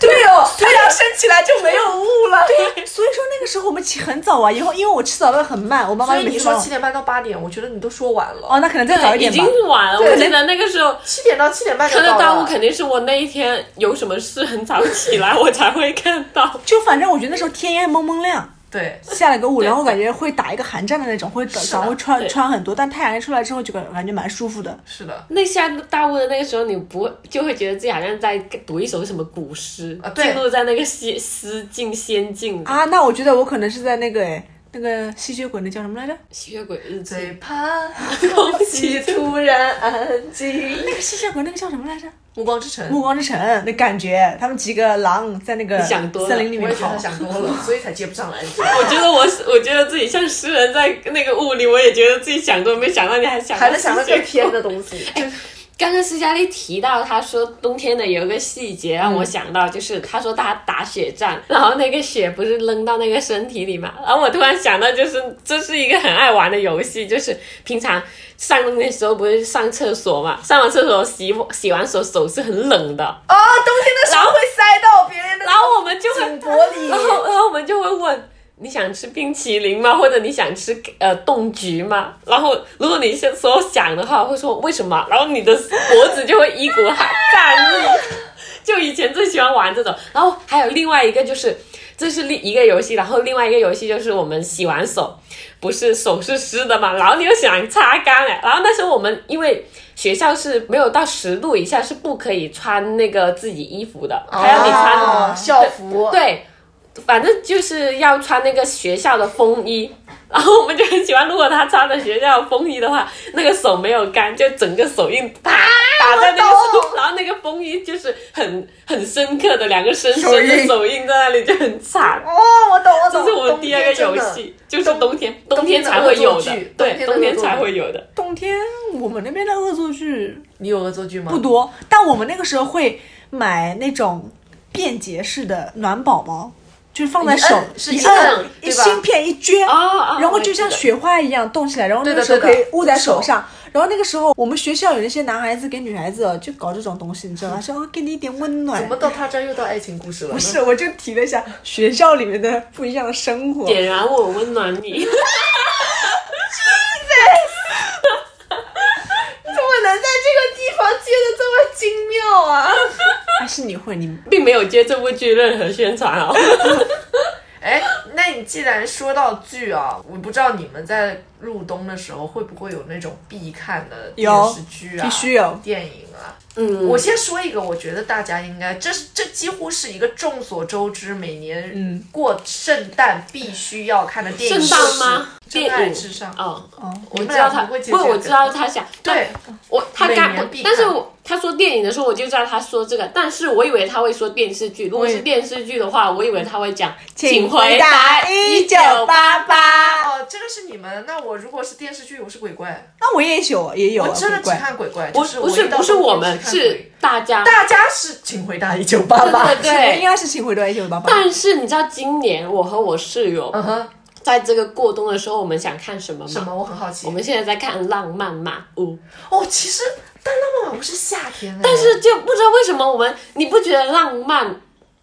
Speaker 1: 对哦。
Speaker 3: 太阳升起来就没有雾了。
Speaker 1: 对 <laughs> 所以说那个时候我们起很早啊，以后因为我吃早饭很慢，我妈妈
Speaker 3: <laughs>
Speaker 1: 也
Speaker 3: 所以
Speaker 1: 没
Speaker 3: 你说七点半到八点，我觉得你都说晚了。
Speaker 1: 哦哦，那可能再早一
Speaker 2: 已
Speaker 1: 点吧
Speaker 2: 经。晚了，我记得那个时候。
Speaker 3: 七点到七点半 <laughs> 就
Speaker 2: 看到
Speaker 3: 到
Speaker 2: 大雾，
Speaker 3: 了
Speaker 2: 肯定是我那一天有什么事很早起来，我才会看到。 <laughs>
Speaker 1: 就反正我觉得那时候天也蒙蒙亮，
Speaker 3: 对，
Speaker 1: 下了个雾，
Speaker 2: 对
Speaker 1: 然后感觉会打一个寒战的那种，会早
Speaker 3: 是的
Speaker 1: 早上会穿
Speaker 2: 对
Speaker 1: 穿很多，但太阳一出来之后就感感觉蛮舒服的。
Speaker 3: 是的，
Speaker 2: 那下大雾的那个时候，你不就会觉得自己好像在读一首什么古诗，
Speaker 3: 啊对
Speaker 2: 进入在那个仙诗境仙境的
Speaker 1: 啊，那我觉得我可能是在那个哎，那个吸血鬼那叫什么来着？
Speaker 2: 吸血鬼日
Speaker 3: 最
Speaker 2: 记，
Speaker 3: 怕
Speaker 2: 空 <laughs> 气突然安静。
Speaker 1: 那个吸血鬼那个叫什么来着？
Speaker 3: 暮光之城。
Speaker 1: 暮光之城那感觉，他们几个狼在那个
Speaker 2: 你想多了
Speaker 1: 森林里
Speaker 3: 我
Speaker 1: 面
Speaker 3: 也觉
Speaker 1: 跑
Speaker 3: 得。想多了，所以才接不上来。
Speaker 2: 我觉得我是，我觉得自己像诗人，在那个雾里，我也觉得自己想多，没想到你还想
Speaker 3: 还能想到
Speaker 2: 这
Speaker 3: 更偏的东西，
Speaker 2: 刚刚斯嘉丽提到，她说冬天的有一个细节让我想到，就是她说她打雪仗，然后那个雪不是扔到那个身体里嘛，然后我突然想到，就是这是一个很爱玩的游戏，就是平常上冬天的时候不是上厕所嘛，上完厕所洗洗完手手是很冷的，
Speaker 3: 啊，冬天的时候会塞到别人的
Speaker 2: 然后我们就会
Speaker 3: 颈脖
Speaker 2: <laughs>
Speaker 3: 里
Speaker 2: 然后然后我们就会问。你想吃冰淇淋吗？或者你想吃呃冻菊吗？然后如果你是说想的话，会说为什么？然后你的脖子就会一股汗战栗。就以前最喜欢玩这种，然后还有另外一个就是，这是另一个游戏，然后另外一个游戏就是我们洗完手，不是手是湿的嘛，然后你又想擦干哎，然后那时候我们因为学校是没有到十度以下是不可以穿那个自己衣服的，哦还要你穿、
Speaker 3: 啊校服，
Speaker 2: 对，反正就是要穿那个学校的风衣。然后我们就很喜欢，如果他穿了学校的风衣的话，那个手没有干，就整个手印啪
Speaker 3: 啊
Speaker 2: 打在那个手，然后那个风衣就是很很深刻的两个深深
Speaker 3: 手
Speaker 2: 的
Speaker 3: 印
Speaker 2: 手印在那里，就很惨。
Speaker 3: 哦，我懂我
Speaker 2: 这
Speaker 3: 懂。
Speaker 2: 是我们第二个游
Speaker 3: 冬天真的，
Speaker 2: 戏，就是冬天，冬
Speaker 3: 冬天
Speaker 2: 天
Speaker 3: 的
Speaker 2: 才会有
Speaker 3: 恶
Speaker 2: 的
Speaker 3: 作剧，
Speaker 2: 对，
Speaker 3: 冬
Speaker 2: 冬
Speaker 3: 天的恶
Speaker 2: 天
Speaker 3: 作剧
Speaker 2: 才会有的。
Speaker 1: 冬天我们那边的恶作剧
Speaker 3: 你有恶作剧吗？
Speaker 1: 不多，但我们那个时候会买那种便捷式的暖宝宝，就是放在
Speaker 3: 一摁
Speaker 1: 手，
Speaker 3: 呃是
Speaker 1: 一
Speaker 3: 一摁
Speaker 1: 摁，一
Speaker 3: 对吧哦
Speaker 1: 芯片一撅，
Speaker 2: 啊啊！
Speaker 1: 然后
Speaker 2: 我
Speaker 1: 就
Speaker 2: 记
Speaker 1: 像
Speaker 2: 得
Speaker 1: 雪花一样冻起来，然后那
Speaker 3: 对
Speaker 1: 个
Speaker 3: 的
Speaker 1: 时候可
Speaker 3: 对的
Speaker 1: 以捂在手
Speaker 3: 手
Speaker 1: 上。然后那个时候，我们学校有那些男孩子给女孩子哦就搞这种东西，你知道吗？说哦给你一点温暖。
Speaker 3: 嗯怎么到他这儿又到爱情故事了？
Speaker 1: 不是，我就提了一下学校里面的不一样的生活。
Speaker 2: 点燃我，温暖你。 <laughs>
Speaker 3: 怎么能在这个地方接的这么精妙啊？
Speaker 1: 还是你会，你
Speaker 2: 并没有接这部剧任何宣传
Speaker 3: <laughs>
Speaker 2: 哦。
Speaker 3: 哎，那你既然说到剧啊，我不知道你们在入冬的时候会不会有那种必看的电视剧啊、
Speaker 1: 必须有
Speaker 3: 电影啊。
Speaker 2: 嗯
Speaker 3: 我先说一个，我觉得大家应该，这是这几乎是一个众所周知，每
Speaker 1: 嗯
Speaker 3: 年过圣诞必须要看的电影。
Speaker 2: 圣诞吗？
Speaker 3: 真
Speaker 2: 电
Speaker 3: 爱
Speaker 2: 影
Speaker 3: 至上
Speaker 2: 哦，我
Speaker 3: 你
Speaker 2: 知
Speaker 3: 们俩
Speaker 2: 道他，
Speaker 3: 不会接
Speaker 2: 不，
Speaker 3: 这个
Speaker 2: 我知道他想，
Speaker 3: 对，
Speaker 2: 我他
Speaker 3: 每
Speaker 2: 刚
Speaker 3: 年必，看
Speaker 2: 但是我他说电影的时候，我就知道他说这个，但是我以为他会说电视剧。如果是电视剧的话，我以为他会
Speaker 3: <laughs>
Speaker 2: 讲，请回答一九八。
Speaker 1: 八八。
Speaker 3: 哦，这个是你们。那我如果是电视剧，我是鬼怪，
Speaker 1: 那我也有，也有啊，
Speaker 3: 我真的
Speaker 1: 鬼
Speaker 3: 只
Speaker 1: 怪。
Speaker 3: 看鬼怪，
Speaker 2: 不
Speaker 3: 就是我
Speaker 2: 不是
Speaker 3: 一到
Speaker 2: 不是
Speaker 3: 冬天
Speaker 2: 我
Speaker 3: 只
Speaker 2: 们
Speaker 3: 看
Speaker 2: 是
Speaker 3: 鬼
Speaker 2: 大家，
Speaker 3: 大家是，请回答一九八 <laughs> 八。
Speaker 2: 对对
Speaker 1: 应该是请回答一九八八。
Speaker 2: 但是你知道今年我和我室友
Speaker 3: 嗯哼，
Speaker 2: 在这个过冬的时候，我们想看什么
Speaker 3: 什
Speaker 2: 吗？
Speaker 3: 么？我很好奇
Speaker 2: 我。们现在在看《浪漫满屋》。
Speaker 3: 哦，其实但浪漫满屋是夏天哎，
Speaker 2: 但是就不知道为什么我们，你不觉得浪漫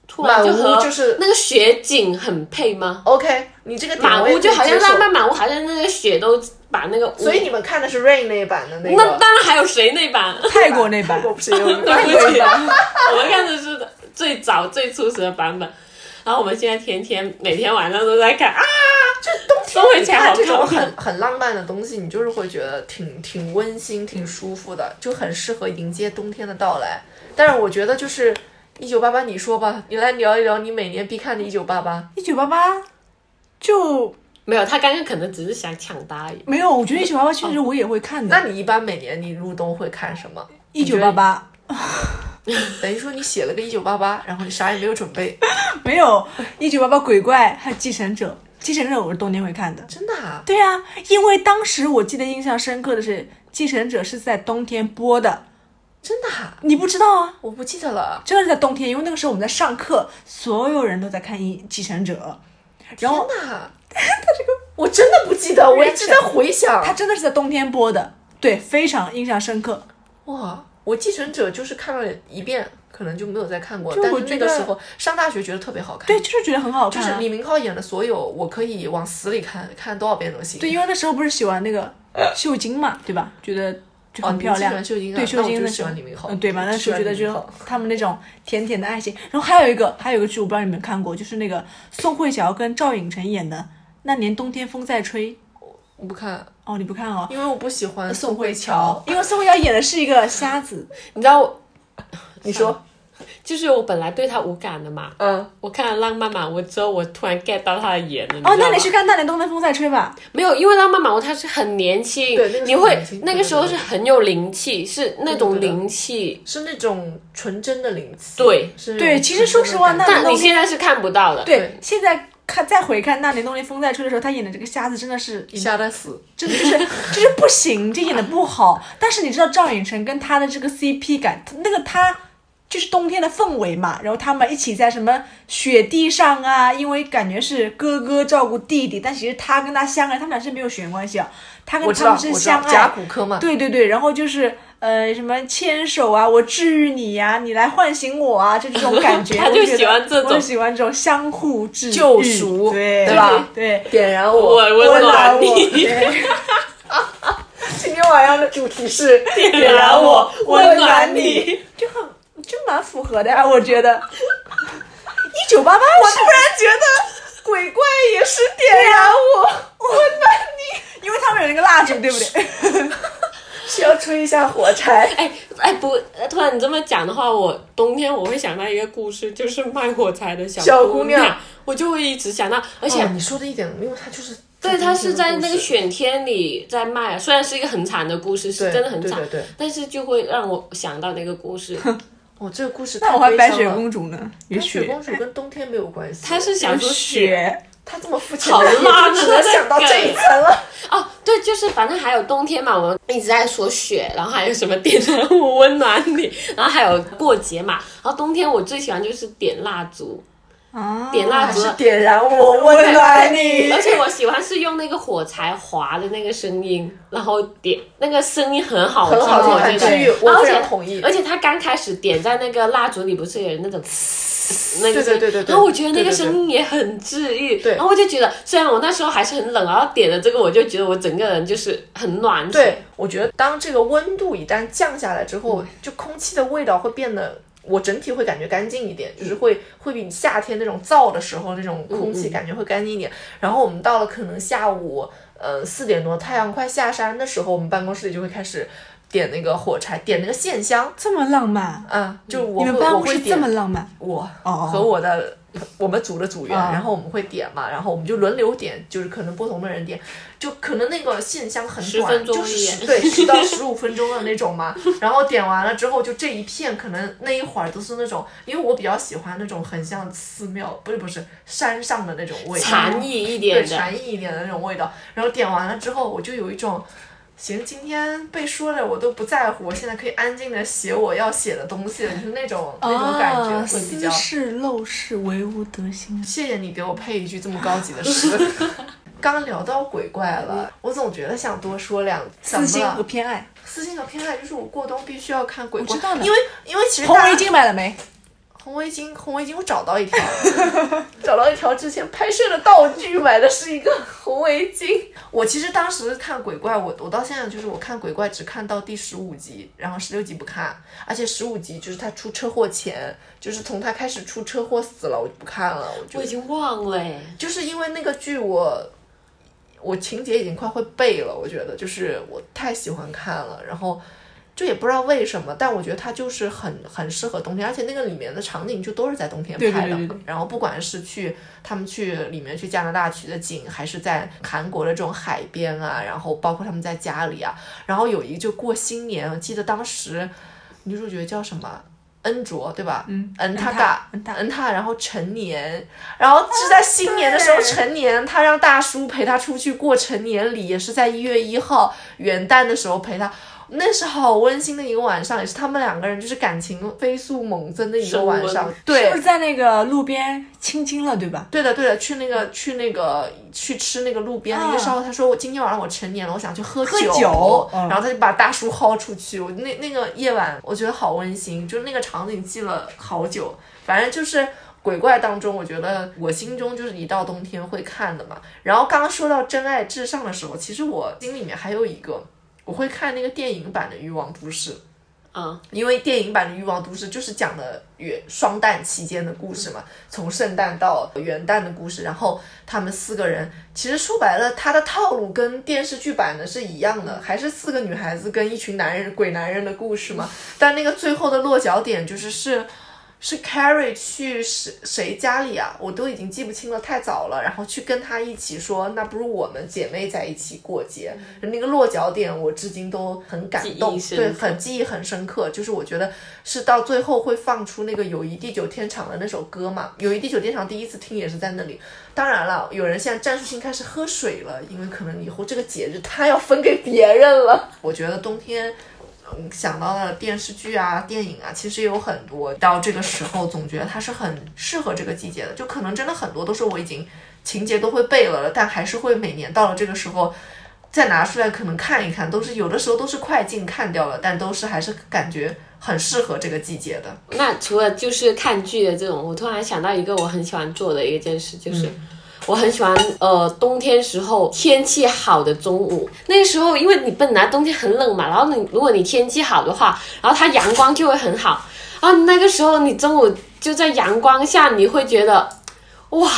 Speaker 2: 突然就
Speaker 3: 满
Speaker 2: 和
Speaker 3: 屋就是
Speaker 2: 那个雪景很配吗？
Speaker 3: OK，你这个点
Speaker 2: 满
Speaker 3: 我也
Speaker 2: 屋就好
Speaker 3: 可以
Speaker 2: 像
Speaker 3: 接受
Speaker 2: 浪，漫满屋，好像那个雪都把那个屋，
Speaker 3: 所以你们看的是 Rain 那一版的那个。
Speaker 2: 那当然还有谁那
Speaker 3: <laughs>
Speaker 2: 版？
Speaker 1: 泰国那版
Speaker 3: 泰，国不是也
Speaker 2: <laughs>
Speaker 3: 有一
Speaker 2: 对
Speaker 3: 版？
Speaker 2: 不起，我们看的是最早最初始的版本。然后我们现在天天每天晚上都在看啊，
Speaker 3: 就
Speaker 2: 都
Speaker 3: 冬
Speaker 2: 会
Speaker 3: 天
Speaker 2: 才好
Speaker 3: 看
Speaker 2: 看
Speaker 3: 这种很很浪漫的东西，你就是会觉得挺挺温馨、挺舒服的，就很适合迎接冬天的到来。但是我觉得就是一九八八，你说吧，你来聊一聊你每年必看的一九八八。
Speaker 1: 一九八八就
Speaker 2: 没有，他刚刚可能只是想抢答而已。
Speaker 1: 没有。我觉得一九八八确实我也会看
Speaker 3: 那
Speaker 1: 的。
Speaker 3: 你一般每年你入冬会看什么？
Speaker 1: 一九八八
Speaker 3: 等于说你写了个一九八八，然后你啥也没有准备，
Speaker 1: 没有，一九八八鬼怪还有继承者，继承者我是冬天会看的。
Speaker 3: 真的啊？
Speaker 1: 对啊，因为当时我记得印象深刻的是，《继承者》是在冬天播的，
Speaker 3: 真的啊？
Speaker 1: 你不知道啊？
Speaker 3: 我不记得了。
Speaker 1: 真的是在冬天，因为那个时候我们在上课，所有人都在看《一继承者》，然后
Speaker 3: 天哪， <laughs> 他这个我真的不记得，我一直在回想。
Speaker 1: 它真的是在冬天播的，对，非常印象深刻。
Speaker 3: 哇，我继承者就是看了一遍，可能就没有再看过。
Speaker 1: 就
Speaker 3: 但
Speaker 1: 我
Speaker 3: 是
Speaker 1: 觉
Speaker 3: 那个
Speaker 1: 得
Speaker 3: 时候上大学觉得特别好看。
Speaker 1: 对，就是觉得很好
Speaker 3: 就
Speaker 1: 看、
Speaker 3: 是
Speaker 1: 啊。
Speaker 3: 李明浩演的所有，我可以往死里看，看多少遍都行。
Speaker 1: 对，因为那时候不是喜欢那个秀晶嘛，对吧？觉得就很漂亮。
Speaker 3: 哦你喜欢秀晶啊
Speaker 1: 对
Speaker 3: 那
Speaker 1: 秀
Speaker 3: 我
Speaker 1: 晶
Speaker 3: 就
Speaker 1: 那
Speaker 3: 喜
Speaker 1: 种
Speaker 3: 欢李明浩
Speaker 1: 嗯，对吧？那
Speaker 3: 就喜
Speaker 1: 时候
Speaker 3: 欢
Speaker 1: 觉得
Speaker 3: 李
Speaker 1: 就
Speaker 3: 明
Speaker 1: 是
Speaker 3: 浩
Speaker 1: 他们那种甜甜的爱情。然后还有一个，还有一个剧，我不知道你们看过，就是那个宋慧乔跟赵寅成演的《那年冬天风在吹》。
Speaker 3: 我不看，
Speaker 1: 哦，你不看哦？
Speaker 3: 因为我不喜欢宋慧
Speaker 1: 乔
Speaker 3: 乔，。
Speaker 1: 因为宋慧乔演的是一个瞎子，
Speaker 2: 你知道我，你说，就是我本来对他无感的嘛，
Speaker 3: 嗯，
Speaker 2: 我看了《浪漫满屋》之后，我突然 get 到他的颜了。
Speaker 1: 哦，
Speaker 2: 知道
Speaker 1: 那
Speaker 2: 吗
Speaker 1: 你去看《那年冬天风在吹》吧。
Speaker 2: 没有？因为《浪漫满屋》他是很年轻，
Speaker 3: 对那个
Speaker 2: 你
Speaker 3: 时候
Speaker 2: 会
Speaker 3: 很年轻
Speaker 2: 那个时候是很有灵气，是那种
Speaker 3: 对对对
Speaker 2: 灵气。
Speaker 3: 是那种纯真的灵气。
Speaker 2: 对
Speaker 3: 是那种
Speaker 1: 对其实说实话
Speaker 3: 纯真的
Speaker 1: 那
Speaker 3: 感
Speaker 2: 但你现在是看不到
Speaker 3: 啊
Speaker 2: 的。，
Speaker 1: 对，现在看再回看《那年冬天风在吹》的时候，他演的这个瞎子真的是
Speaker 3: 觉吓得死。
Speaker 1: 真的就是就是不行，这演的不好。但是你知道赵寅成跟他的这个 CP 感，那个他就是冬天的氛围嘛，然后他们一起在什么雪地上啊，因为感觉是哥哥照顾弟弟，但其实他跟他相爱，他们俩是没有血缘关系啊，他
Speaker 3: 我
Speaker 1: 跟
Speaker 3: 知
Speaker 1: 他
Speaker 3: 道，
Speaker 1: 们
Speaker 3: 我知
Speaker 1: 是
Speaker 3: 道
Speaker 1: 相
Speaker 3: 贾
Speaker 1: 爱。
Speaker 3: 骨科嘛，
Speaker 1: 对对对，然后就是呃什么牵手啊，我治愈你呀、你来唤醒我啊，就这种感
Speaker 2: <laughs>
Speaker 1: 觉。
Speaker 2: 他就
Speaker 1: 我觉得
Speaker 2: 喜欢这种
Speaker 1: 我就喜欢这种相互治愈
Speaker 3: 救赎
Speaker 1: 对
Speaker 3: 对吧？
Speaker 1: 对，
Speaker 3: 点燃
Speaker 2: 我
Speaker 3: 我。
Speaker 2: 温
Speaker 1: 暖
Speaker 2: 暖你，
Speaker 1: 对
Speaker 3: 今天晚上的主题是
Speaker 2: <laughs> 点燃我，温暖你。
Speaker 1: 就很就蛮符合的啊，我觉得。一九八八，我突然觉得鬼怪也是点
Speaker 2: 啊
Speaker 1: 燃我，温暖你，因为他们有那个蜡烛，对
Speaker 2: <laughs>
Speaker 1: 不对？
Speaker 3: 是 <laughs> 要吹一下火柴。
Speaker 2: 哎哎，不，呃突然你这么讲的话，我冬天我会想到一个故事，就是卖火柴的小
Speaker 3: 小
Speaker 2: 姑
Speaker 3: 姑娘哦
Speaker 2: 我就会一直想到，而
Speaker 3: 而
Speaker 2: 且
Speaker 3: 且你说的一点，因为它就是
Speaker 2: 对，他是在那个
Speaker 3: 雪。
Speaker 2: 选天里在卖，啊虽然是一个很惨的故事，是
Speaker 3: 对
Speaker 2: 真的很惨，
Speaker 3: 对对对
Speaker 2: 但是就会让我想到那个故
Speaker 3: <laughs>
Speaker 2: 事。
Speaker 3: 哦，这个故事
Speaker 2: 啊
Speaker 1: 那
Speaker 3: 太
Speaker 1: 我还
Speaker 3: 悲
Speaker 1: 白
Speaker 3: 伤
Speaker 1: 雪
Speaker 3: 了
Speaker 1: 公主呢，有
Speaker 3: 白雪
Speaker 1: 雪
Speaker 3: 公主跟冬天没有关系。
Speaker 2: 他是想说雪，
Speaker 1: 雪，
Speaker 3: 她这么肤浅
Speaker 2: 好
Speaker 3: 的人， <laughs>
Speaker 2: 辣
Speaker 3: 也
Speaker 2: 的
Speaker 3: 只能想到这一层
Speaker 2: <laughs>
Speaker 3: 了。
Speaker 2: 哦，对，就是反正还有冬天嘛，我们一直在说雪，然后还有什么点燃我温暖你，然后还有过节嘛，然后冬天我最喜欢就是点蜡烛，
Speaker 1: 啊
Speaker 2: 点蜡
Speaker 3: 还
Speaker 2: 烛
Speaker 3: 是。点燃我，温暖
Speaker 2: <laughs>
Speaker 3: 你。
Speaker 2: 而且我喜欢是用那个火柴划的那个声音，然后点那个声音很好听，
Speaker 3: 很好听
Speaker 2: 我觉
Speaker 3: 很
Speaker 2: 得
Speaker 3: 治愈我
Speaker 2: 然后而
Speaker 3: 非
Speaker 2: 且
Speaker 3: 常同意
Speaker 2: 而且它刚开始点在那个蜡烛里，不是有那种那个声音
Speaker 3: 对对对对对
Speaker 2: 然后我觉得那个
Speaker 3: 对对对
Speaker 2: 声音也很治愈。
Speaker 3: 对
Speaker 2: 然后我就觉得，虽然我那时候还是很冷，然后点了这个，我就觉得我整个人就是很暖。
Speaker 3: 对，，我觉得当这个温度一旦降下来之
Speaker 1: 嗯
Speaker 3: 后，就空气的味道会变得，我整体会感觉干净一点，
Speaker 1: 嗯
Speaker 3: 就是会会比夏天那种燥的时候那种空
Speaker 1: 嗯
Speaker 3: 气感觉会干净一点。然后我们到了可能下午，呃四点多太阳快下山的时候，我们办公室里就会开始点那个火柴，点那个线香
Speaker 1: 这么浪漫，
Speaker 3: 啊，就我
Speaker 1: 你
Speaker 3: 会
Speaker 1: 们嗯办
Speaker 3: 我
Speaker 1: 公
Speaker 3: 会
Speaker 1: 室这么
Speaker 3: 点
Speaker 1: 浪漫，
Speaker 3: 我
Speaker 1: 哦哦
Speaker 3: 和我的我们组的组员，
Speaker 1: 啊
Speaker 3: 然后我们会点嘛，然后我们就轮流点，就是可能不同的人点，就可能那个线香很
Speaker 2: 10
Speaker 3: 短，
Speaker 2: 分钟
Speaker 3: 就是
Speaker 2: 一
Speaker 3: 10对十到十五分钟的那种嘛。然后点完了之后，就这一片可能那一会儿都是那种，因为我比较喜欢那种很像寺庙，不是不是山上的那种味道，
Speaker 2: 禅意一
Speaker 3: 对
Speaker 2: 点的。
Speaker 3: 禅意一点的那种味道。然后点完了之后，我就有一种。行，今天被说的我都不在乎，我现在可以安静的写我要写的东
Speaker 1: <laughs>
Speaker 3: 西了，就是那种、那种感觉
Speaker 1: 啊
Speaker 3: 会比较
Speaker 1: 斯。是陋室，惟吾德馨啊。
Speaker 3: 谢谢你给我配一句这么高级的诗。 <laughs> 刚聊到鬼怪了，我总觉得想多说两
Speaker 1: 嗯私心和
Speaker 3: 和
Speaker 1: 偏爱，
Speaker 3: 私心和偏爱就是我过冬必须要看鬼怪，
Speaker 1: 我知道了
Speaker 3: 因为因为其实
Speaker 1: 红
Speaker 3: 大
Speaker 1: 围
Speaker 3: 家
Speaker 1: 巾买了没？
Speaker 3: 红围巾红围巾我找到一条， <laughs> 找到一条之前拍摄的道具，买的是一个 <laughs> 红围巾。我其实当时看鬼怪，我我到现在就是我看鬼怪只看到第十五集，然后十六集不看，而且十五集就是他出车祸前，就是从他开始出车祸死了，我就不看了，我就
Speaker 2: 我已经忘了哎，
Speaker 3: 就是因为那个剧我。我情节已经快会背了，我觉得就是我太喜欢看了，然后就也不知道为什么，但我觉得它就是很很适合冬天，而且那个里面的场景就都是在冬天
Speaker 1: 对对
Speaker 3: 拍的，
Speaker 1: 对对对
Speaker 3: 然后不管是去他们去里面去加拿大取的景，还是在韩国的这种海边啊，然后包括他们在家里啊，然后有一个就过新年，我记得当时女主角叫什么？恩卓对吧？
Speaker 1: 嗯
Speaker 3: 恩塔嘎，
Speaker 1: 恩塔
Speaker 3: 恩塔，然后成年，然后是在新年的时候成年，他让大叔陪他出去过成年礼，也是在一月一号元旦的时候陪他，那是好温馨的一个晚上，也是他们两个人就是感情飞速猛增的一个晚
Speaker 2: 升
Speaker 3: 上
Speaker 2: 温。
Speaker 1: 是不
Speaker 3: 对
Speaker 1: 是，在那个路边亲亲了，对吧？
Speaker 3: 对的，对的，去那个去那个去吃那个路边的一个烧烤，他说我今天晚上我成年了，我想去
Speaker 1: 嗯
Speaker 3: 喝
Speaker 1: 喝酒嗯
Speaker 3: 然后他就把大叔薅出去。我那那个夜晚，我觉得好温馨，就是那个场景记了好久。反正就是鬼怪当中，我觉得我心中就是一到冬天会看的嘛。然后刚刚说到真爱至上的时候，其实我心里面还有一个。我会看那个电影版的《欲望都市》，
Speaker 2: 嗯，
Speaker 3: 因为电影版的《欲望都市》就是讲的元双旦期间的故事嘛，从圣诞到元旦的故事。然后他们四个人，其实说白了，他的套路跟电视剧版的是一样的，还是四个女孩子跟一群男人、鬼男人的故事嘛。但那个最后的落脚点就是是。是 Carrie 去谁谁家里啊？我都已经记不清了，太早了。然后去跟她一起说，那不如我们姐妹在一起过节。那个落脚点，我至今都很
Speaker 2: 嗯
Speaker 3: 感
Speaker 2: 记
Speaker 3: 动，
Speaker 2: 忆深
Speaker 3: 对，
Speaker 2: 刻
Speaker 3: 很记忆很深刻。就是我觉得是到最后会放出那个《友谊地久天长》的那首歌嘛，《友谊地久天长》第一次听也是在那里。当然了，有人现在战术性开始喝水了，因为可能以后这个节日他要分给别人了。我觉得冬天嗯，想到的电视剧啊、电影啊，其实也有很多。到这个时候，总觉得它是很适合这个季节的，就可能真的很多都是我已经情节都会背了的，但还是会每年到了这个时候再拿出来可能看一看，都是有的时候都是快进看掉了，但都是还是感觉很适合这个季节的。
Speaker 2: 那除了就是看剧的这种，我突然想到一个我很喜欢做的一件事，就是。我很喜欢，呃，冬天时候天气好的中午，那个时候因为你本来冬天很冷嘛，然后你如果你天气好的话，然后它阳光就会很好，然后那个时候你中午就在阳光下，你会觉得，哇，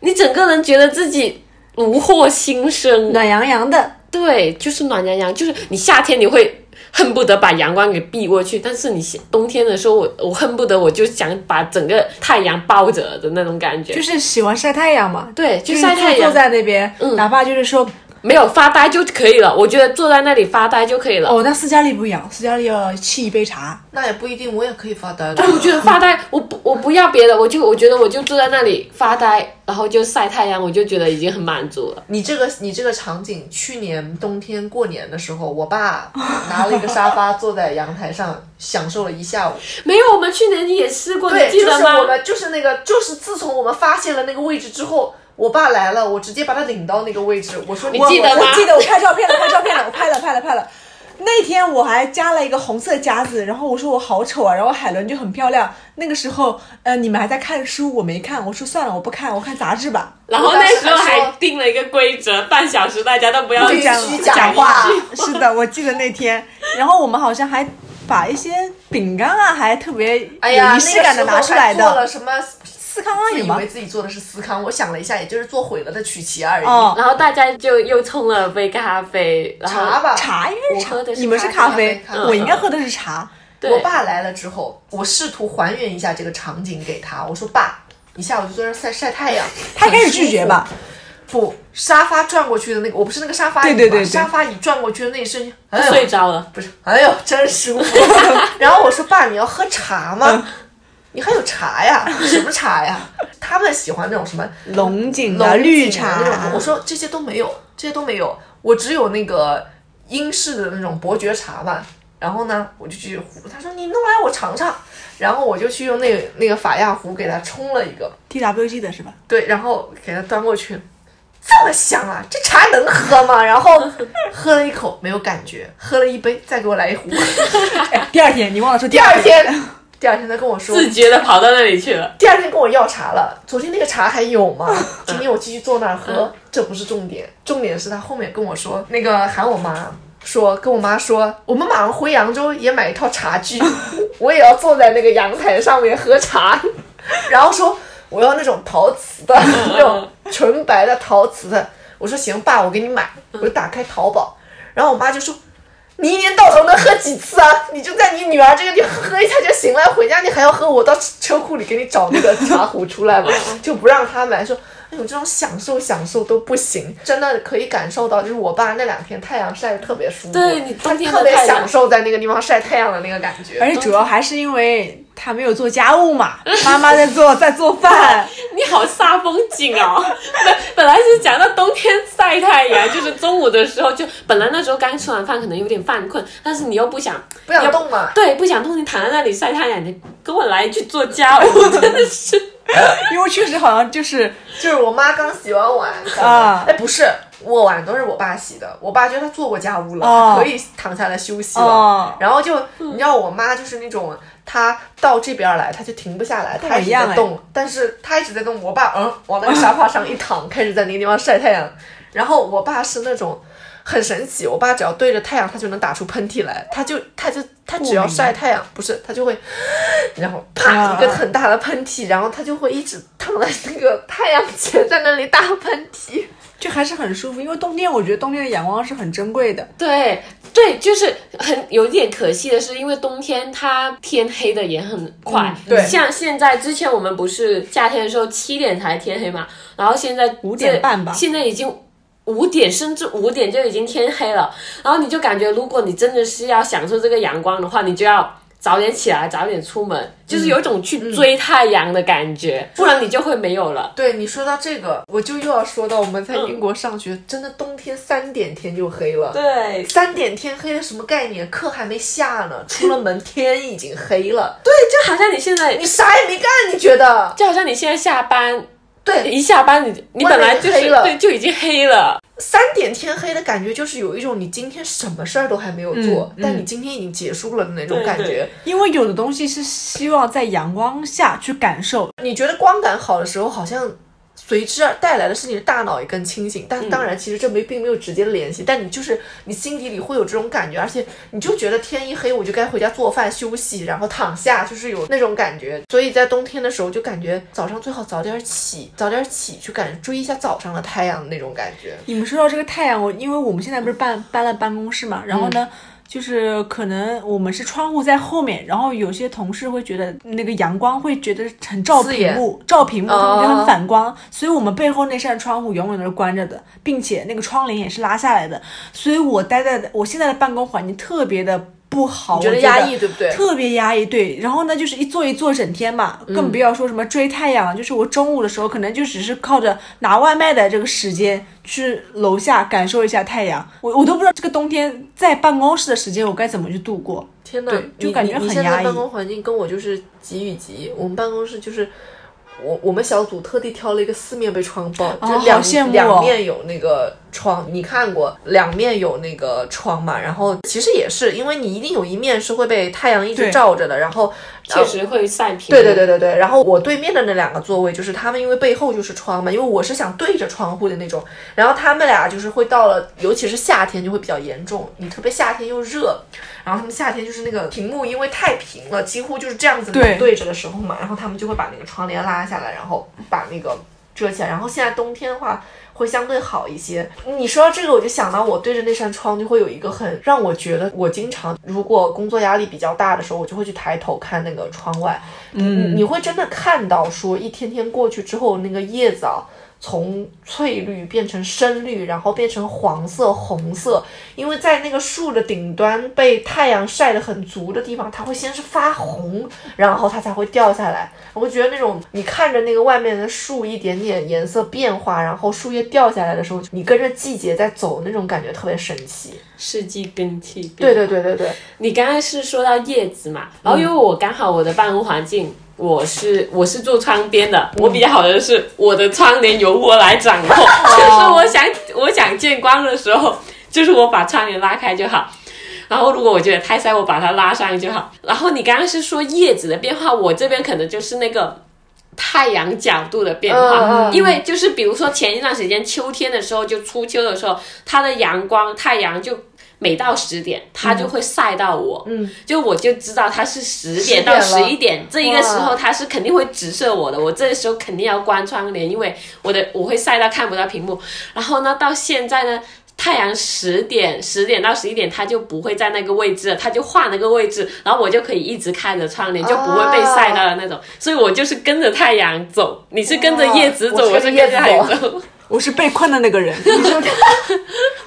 Speaker 2: 你整个人觉得自己如获新生，
Speaker 1: 暖洋洋的，
Speaker 2: 对，就是暖洋洋，就是你夏天你会恨不得把阳光给避过去，但是你夏冬天的时候，我我恨不得我就想把整个太阳包着的那种感觉，
Speaker 1: 就是喜欢晒太阳嘛，
Speaker 2: 对，
Speaker 1: 就
Speaker 2: 就
Speaker 1: 是
Speaker 2: 晒太
Speaker 1: 坐
Speaker 2: 阳，
Speaker 1: 在那边，哪怕就是说，
Speaker 2: 没有发呆就可以了。我觉得坐在那里发呆就可以了。
Speaker 1: 哦，那斯嘉丽不一样，斯嘉丽要沏一杯茶，
Speaker 3: 那也不一定，我也可以发 <laughs> 呆的。
Speaker 2: 我觉得发呆，我不我不要别的，我就我觉得我就坐在那里发呆，然后就晒太阳，我就觉得已经很满足了。
Speaker 3: 你这个你这个场景，去年冬天过年的时候，我爸拿了一个沙发坐在阳台上，享受了一下午。
Speaker 2: 没有，我们去年也试
Speaker 1: 哦
Speaker 2: 过，你
Speaker 3: 对，
Speaker 2: 记
Speaker 3: 就
Speaker 2: 得
Speaker 3: 是
Speaker 2: 吗？
Speaker 3: 我们就是那个，就是自从我们发现了那个位置之后，我爸来了，我直接把他领到那个位置，我说你
Speaker 2: 记得
Speaker 1: 我
Speaker 2: 吗
Speaker 1: <laughs> 我记得我拍照片了，拍照片了，我拍了拍了拍了。那天我还加了一个红色夹子，然后我说我好丑啊，然后海伦就很漂亮。那个时候，呃，你们还在看书，我没看，我说算了，我不看，我看杂志吧。
Speaker 2: 然后那时候还定了一个规则，半小时大家都不要
Speaker 3: 对
Speaker 1: 就讲
Speaker 3: 虚假
Speaker 1: 假
Speaker 3: 话
Speaker 1: 话，是的，我记得那天。然后我们好像还把一些饼干啊，还特别有
Speaker 3: 哎呀，
Speaker 1: 仪式感的拿出来
Speaker 3: 那个时候还做
Speaker 1: 的。
Speaker 3: 了什么？
Speaker 1: 思康啊，
Speaker 3: 自
Speaker 1: 有
Speaker 3: 以
Speaker 1: 吗
Speaker 3: 为？自己做的是司康，我想了一下，也就是做毁了的曲奇而已。
Speaker 1: 哦，
Speaker 2: 然后大家就又冲了杯咖啡，然后
Speaker 3: 茶吧，
Speaker 1: 茶应该是
Speaker 2: 我喝的
Speaker 1: 茶，
Speaker 2: 是
Speaker 1: 你们是
Speaker 2: 咖
Speaker 1: 咖
Speaker 3: 啡
Speaker 1: 啡
Speaker 3: 咖啡，嗯
Speaker 1: 我应该喝的是茶。
Speaker 2: 对
Speaker 3: 我爸来了之后，我试图还原一下这个场景给他，我说爸，你下午就坐这儿晒晒太阳。
Speaker 1: <laughs> 他开始拒绝吧？
Speaker 3: 不，沙发转过去的那个，我不是那个沙发椅
Speaker 1: 对
Speaker 3: 嘛
Speaker 1: 对对对
Speaker 3: 沙发椅转过去的那一瞬间，哎呦
Speaker 2: 睡着了。
Speaker 3: 不是，哎呦，真舒服。 <laughs> 然后我说爸，你要喝
Speaker 1: <laughs>
Speaker 3: 茶吗？你还有茶呀？什么茶呀？他们喜欢那种什么
Speaker 1: 龙井
Speaker 3: 龙
Speaker 1: 啊，
Speaker 3: 井
Speaker 1: 绿
Speaker 3: 那种
Speaker 1: 茶
Speaker 3: 我，说这些都没有，这些都没有，我只有那个英式的那种伯爵茶吧。然后呢，我就去壶，他说你弄来我尝尝。然后我就去用那个那个法亚壶给他冲了一个，
Speaker 1: TWG 的是吧？
Speaker 3: 对，然后给他端过去，这么香啊，这茶能喝吗？然后喝了一口没有感觉，喝了一杯再给我来一壶。
Speaker 1: 第二天你忘了说第
Speaker 3: 第二
Speaker 1: 天，
Speaker 3: 天，第二天他跟我说，
Speaker 2: 自觉的跑到那里去了，
Speaker 3: 第二天跟我要茶了。昨天那个茶还有吗？今天我继续坐那儿喝，这不是重点，重点是他后面跟我说，那个喊我妈说，跟我妈说，我们马上回扬州也买一套茶具，我也要坐在那个阳台上面喝
Speaker 2: <laughs>
Speaker 3: 茶，然后说我要那种陶瓷
Speaker 2: 嗯
Speaker 3: 的，那种纯白的陶瓷的。我说行，爸，我给你买。
Speaker 2: 嗯
Speaker 3: 我就打开淘宝，然后我妈就说。你一年到头能喝几次啊？你就在你女儿这个地方喝一下就行了，回家你还要喝，我到车库里给你找那个茶壶出来吧，
Speaker 2: 嗯
Speaker 3: 就不让他买。说，哎呦，这种享受享受都不行，真的可以感受到，就是我爸那两天太阳晒得特别舒服，
Speaker 2: 对你
Speaker 3: 他
Speaker 2: 冬天的
Speaker 3: 特别
Speaker 2: 太阳
Speaker 3: 享受在那个地方晒太阳的那个感觉。
Speaker 1: 而且主要还是因为他没有做家务嘛，
Speaker 3: 嗯
Speaker 1: 妈妈在做 <laughs> 在做
Speaker 3: <laughs>
Speaker 1: 饭，
Speaker 2: 你好煞风景哦！本本来是讲到冬天晒太阳，就是中午的时候就，本来那时候刚吃完饭，可能有点犯困，但是你又不想
Speaker 3: 不想动嘛，
Speaker 2: 对，不想动，你躺在那里晒太阳，你跟我来一句做家
Speaker 3: <laughs>
Speaker 2: 务，真的是
Speaker 1: 因为确实好像就是
Speaker 3: 就是我妈刚洗完碗
Speaker 1: 啊
Speaker 3: 哎，不是，我碗都是我爸洗的。我爸觉得他做过家务了，
Speaker 1: 哦
Speaker 3: 可以躺下来休息了。
Speaker 1: 哦
Speaker 3: 然后就你知道，我妈就是那种，她到这边来，她就停不下来，
Speaker 1: 跟
Speaker 3: 她
Speaker 1: 我一
Speaker 3: 一直
Speaker 1: 样
Speaker 3: 在动，但是她一直在动。我爸嗯，往那个沙发上一躺，开始在那个地方晒太阳。然后我爸是那种。很神奇。我爸只要对着太阳，他就能打出喷嚏来，他就他就他只要晒太阳，不是他就会，然后啪
Speaker 1: 啊
Speaker 3: 一个很大的喷嚏，然后他就会一直躺在那个太阳前，在那里打喷嚏。
Speaker 1: 就还是很舒服，因为冬天我觉得冬天的阳光是很珍贵的。
Speaker 2: 对对，就是很有点可惜的是，因为冬天它天黑的也很快，
Speaker 3: 嗯对
Speaker 2: 像现在之前我们不是夏天的时候七点才天黑嘛，然后现在
Speaker 1: 五点半吧
Speaker 2: 现在已经。五点甚至五点就已经天黑了，然后你就感觉，如果你真的是要享受这个阳光的话，你就要早点起来，早点出门，就是有一种去追太阳的感觉，不然你就会没有了。
Speaker 3: <laughs> 对你说到这个，我就又要说到我们在英国上学，真的冬天三点天就黑了。
Speaker 2: 对，
Speaker 3: 三点天黑什么概念？课还没下呢，出了 <laughs> 门天已经黑了。对
Speaker 2: 就好像你现在
Speaker 3: 你啥也没干，你觉得？
Speaker 2: 就好像你现在下班，
Speaker 3: 对
Speaker 2: 一下班你你本来就是
Speaker 3: 外面黑了
Speaker 2: 对，就已经黑了，
Speaker 3: 三点天黑的感觉就是有一种你今天什么事儿都还没有做，但你今天已经结束了的那种感觉。
Speaker 1: 因为有的东西是希望在阳光下去感受，
Speaker 3: 你觉得光感好的时候，好像随之而带来的是你的大脑也更清醒，但当然其实这没并没有直接的联系，但你就是你心底里会有这种感觉，而且你就觉得天一黑我就该回家做饭休息，然后躺下，就是有那种感觉。所以在冬天的时候，就感觉早上最好早点起，早点起去感追一下早上的太阳的那种感觉。
Speaker 1: 你们说到这个太阳，我因为我们现在不是搬搬了办公室嘛，然后呢，
Speaker 3: 嗯
Speaker 1: 就是可能我们是窗户在后面，然后有些同事会觉得那个阳光会觉得很照
Speaker 3: 刺
Speaker 1: 屏
Speaker 3: 眼
Speaker 1: 幕，照屏幕他们
Speaker 3: 哦
Speaker 1: 就很反光，所以我们背后那扇窗户永远都是关着的，并且那个窗帘也是拉下来的，所以我待在我现在的办公环境特别的。不好，我
Speaker 3: 你觉得压抑对不对
Speaker 1: 特别压抑，对。然后呢，就是一坐一坐整天嘛，
Speaker 3: 嗯
Speaker 1: 更不要说什么追太阳了。就是我中午的时候，可能就只是靠着拿外卖的这个时间去楼下感受一下太阳。我我都不知道这个冬天在办公室的时间我该怎么去度过。
Speaker 3: 天呐
Speaker 1: 对，就
Speaker 3: 你
Speaker 1: 感觉
Speaker 3: 你你
Speaker 1: 很
Speaker 3: 现
Speaker 1: 压
Speaker 3: 在
Speaker 1: 抑
Speaker 3: 办公环境跟我就是几与几，我们办公室就是。我我们小组特地挑了一个四面被窗包，就
Speaker 1: 好
Speaker 3: 两、
Speaker 1: 羡慕哦
Speaker 3: 两面有那个窗，你看过两面有那个窗嘛？然后其实也是，因为你一定有一面是会被太阳一直
Speaker 1: 对
Speaker 3: 照着的，然后
Speaker 2: 确实会晒屏。
Speaker 3: 对对对对对，然后我对面的那两个座位，就是他们因为背后就是窗嘛，因为我是想对着窗户的那种，然后他们俩就是会到了，尤其是夏天就会比较严重，你特别夏天又热，然后他们夏天就是那个屏幕因为太平了，几乎就是这样子
Speaker 1: 对
Speaker 3: 对着的时候嘛，然后他们就会把那个窗帘拉下来，然后把那个遮起来，然后现在冬天的话。会相对好一些。你说到这个，我就想到我对着那扇窗，就会有一个很让我觉得，我经常如果工作压力比较大的时候，我就会去抬头看那个窗外。嗯，你会真的看到说一天天过去之后，那个叶子啊。从翠绿变成深绿，然后变成黄色、红色，因为在那个树的顶端被太阳晒得很足的地方，它会先是发红，然后它才会掉下来。我觉得那种你看着那个外面的树一点点颜色变化，然后树叶掉下来的时候，你跟着季节在走，那种感觉特别神奇。
Speaker 2: 世纪更替变。
Speaker 3: 对对对对对，
Speaker 2: 你刚才是说到叶子嘛，然后因为我刚好我的办公环境，我是我是坐窗边的，我比较好的是我的窗帘由我来掌
Speaker 3: <laughs>
Speaker 2: 控，就是
Speaker 3: 哦
Speaker 2: 我想我想见光的时候，就是我把窗帘拉开就好。然后，如果我觉得太晒，我把它拉上就好。然后你刚刚是说叶子的变化，我这边可能就是那个太阳角度的变化，
Speaker 3: 嗯嗯
Speaker 2: 因为就是比如说前一段时间秋天的时候，就初秋的时候，它的阳光太阳就每到十点，它就会晒到我，嗯，就我就知道它是十点到
Speaker 3: 10
Speaker 2: 十
Speaker 3: 点了
Speaker 2: 一点这一个时候，
Speaker 3: 哇
Speaker 2: 它是肯定会直射我的，我这时候肯定要关窗帘，因为我的我会晒到看不到屏幕。然后呢，到现在呢。太阳十点十点到十一点，它就不会在那个位置了，它就换了个位置，然后我就可以一直开着窗帘，就不会被晒到的那种。所以我就是跟着太阳走，你是跟着叶子走，
Speaker 3: 哇
Speaker 2: 我是
Speaker 3: 我是
Speaker 2: 跟着
Speaker 3: 跟着
Speaker 2: 太阳走。
Speaker 1: 我是被困的那个
Speaker 3: <laughs>
Speaker 1: 人，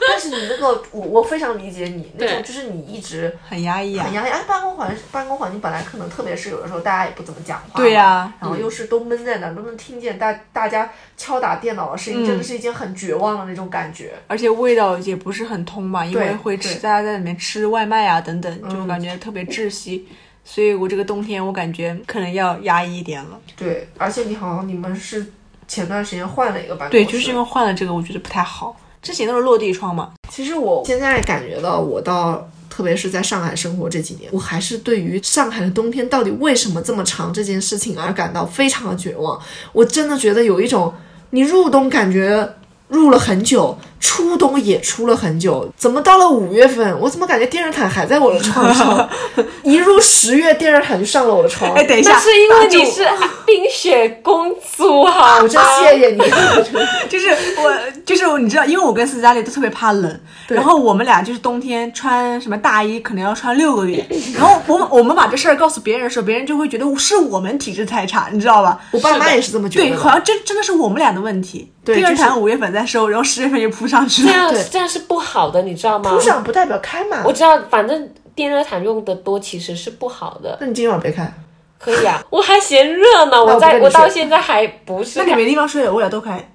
Speaker 3: 但是你那个，我我非常理解你那
Speaker 2: 对
Speaker 3: 种，就是你一直
Speaker 1: 很压抑啊
Speaker 3: 很。压抑。哎，办公环办公环境本来可能，特别是有的时候大家也不怎么讲话嘛，
Speaker 1: 对啊呀
Speaker 3: 然后又是都闷在那，都能听见大大家敲打电脑的声音，真的是一件很绝望的那种感觉。
Speaker 1: 而且味道也不是很通嘛，因为
Speaker 3: 对
Speaker 1: 会吃
Speaker 3: 对嗯
Speaker 1: 大家在里面吃外卖啊等等，就感觉特别窒息。所以我这个冬天我感觉可能要压抑一点了。
Speaker 3: 对，而且你好像你们是前段时间换了一个办公室，
Speaker 1: 对，就是因为换了这个，我觉得不太好。之前都是落地窗嘛，
Speaker 3: 其实我现在感觉到，我到特别是在上海生活这几年，我还是对于上海的冬天到底为什么这么长这件事情而感到非常的绝望。我真的觉得有一种你入冬感觉入了很久，初冬也出了很久，怎么到了五月份，我怎么感觉电热毯还在我的床上？ <laughs> 一入十月，电热毯就上了我的床。
Speaker 1: 哎，等一下，
Speaker 2: 那是因为你是冰雪公主啊好
Speaker 3: 我真
Speaker 2: 吗？
Speaker 3: 谢谢你，
Speaker 1: <laughs> 就是我，就是你知道，因为我跟斯嘉丽都特别怕冷，然后我们俩就是冬天穿什么大衣，可能要穿六个月。然后我们我们把这事儿告诉别人的时候，别人就会觉得是我们体质太差，你知道吧？
Speaker 3: 我爸妈也是这么觉得
Speaker 1: 对，
Speaker 3: 的。
Speaker 1: 好像真真的是我们俩的问题。
Speaker 3: 对
Speaker 1: 第二
Speaker 3: 就
Speaker 1: 坛五月份再收，然后十月份就扑上去
Speaker 2: 这
Speaker 1: 了。
Speaker 2: 样
Speaker 3: 对
Speaker 2: 这样是不好的，你知道吗？
Speaker 3: 铺上不代表开嘛
Speaker 2: 我。知道，反正电热毯用的多其实是不好的。
Speaker 3: 那你今晚别开，
Speaker 2: 可以啊，我还嫌热呢，我
Speaker 3: 我不
Speaker 2: 在
Speaker 3: 跟你
Speaker 2: 我到
Speaker 3: 说
Speaker 2: 现在还不是
Speaker 1: 那
Speaker 2: 开。
Speaker 1: 你没地方睡，我俩都开。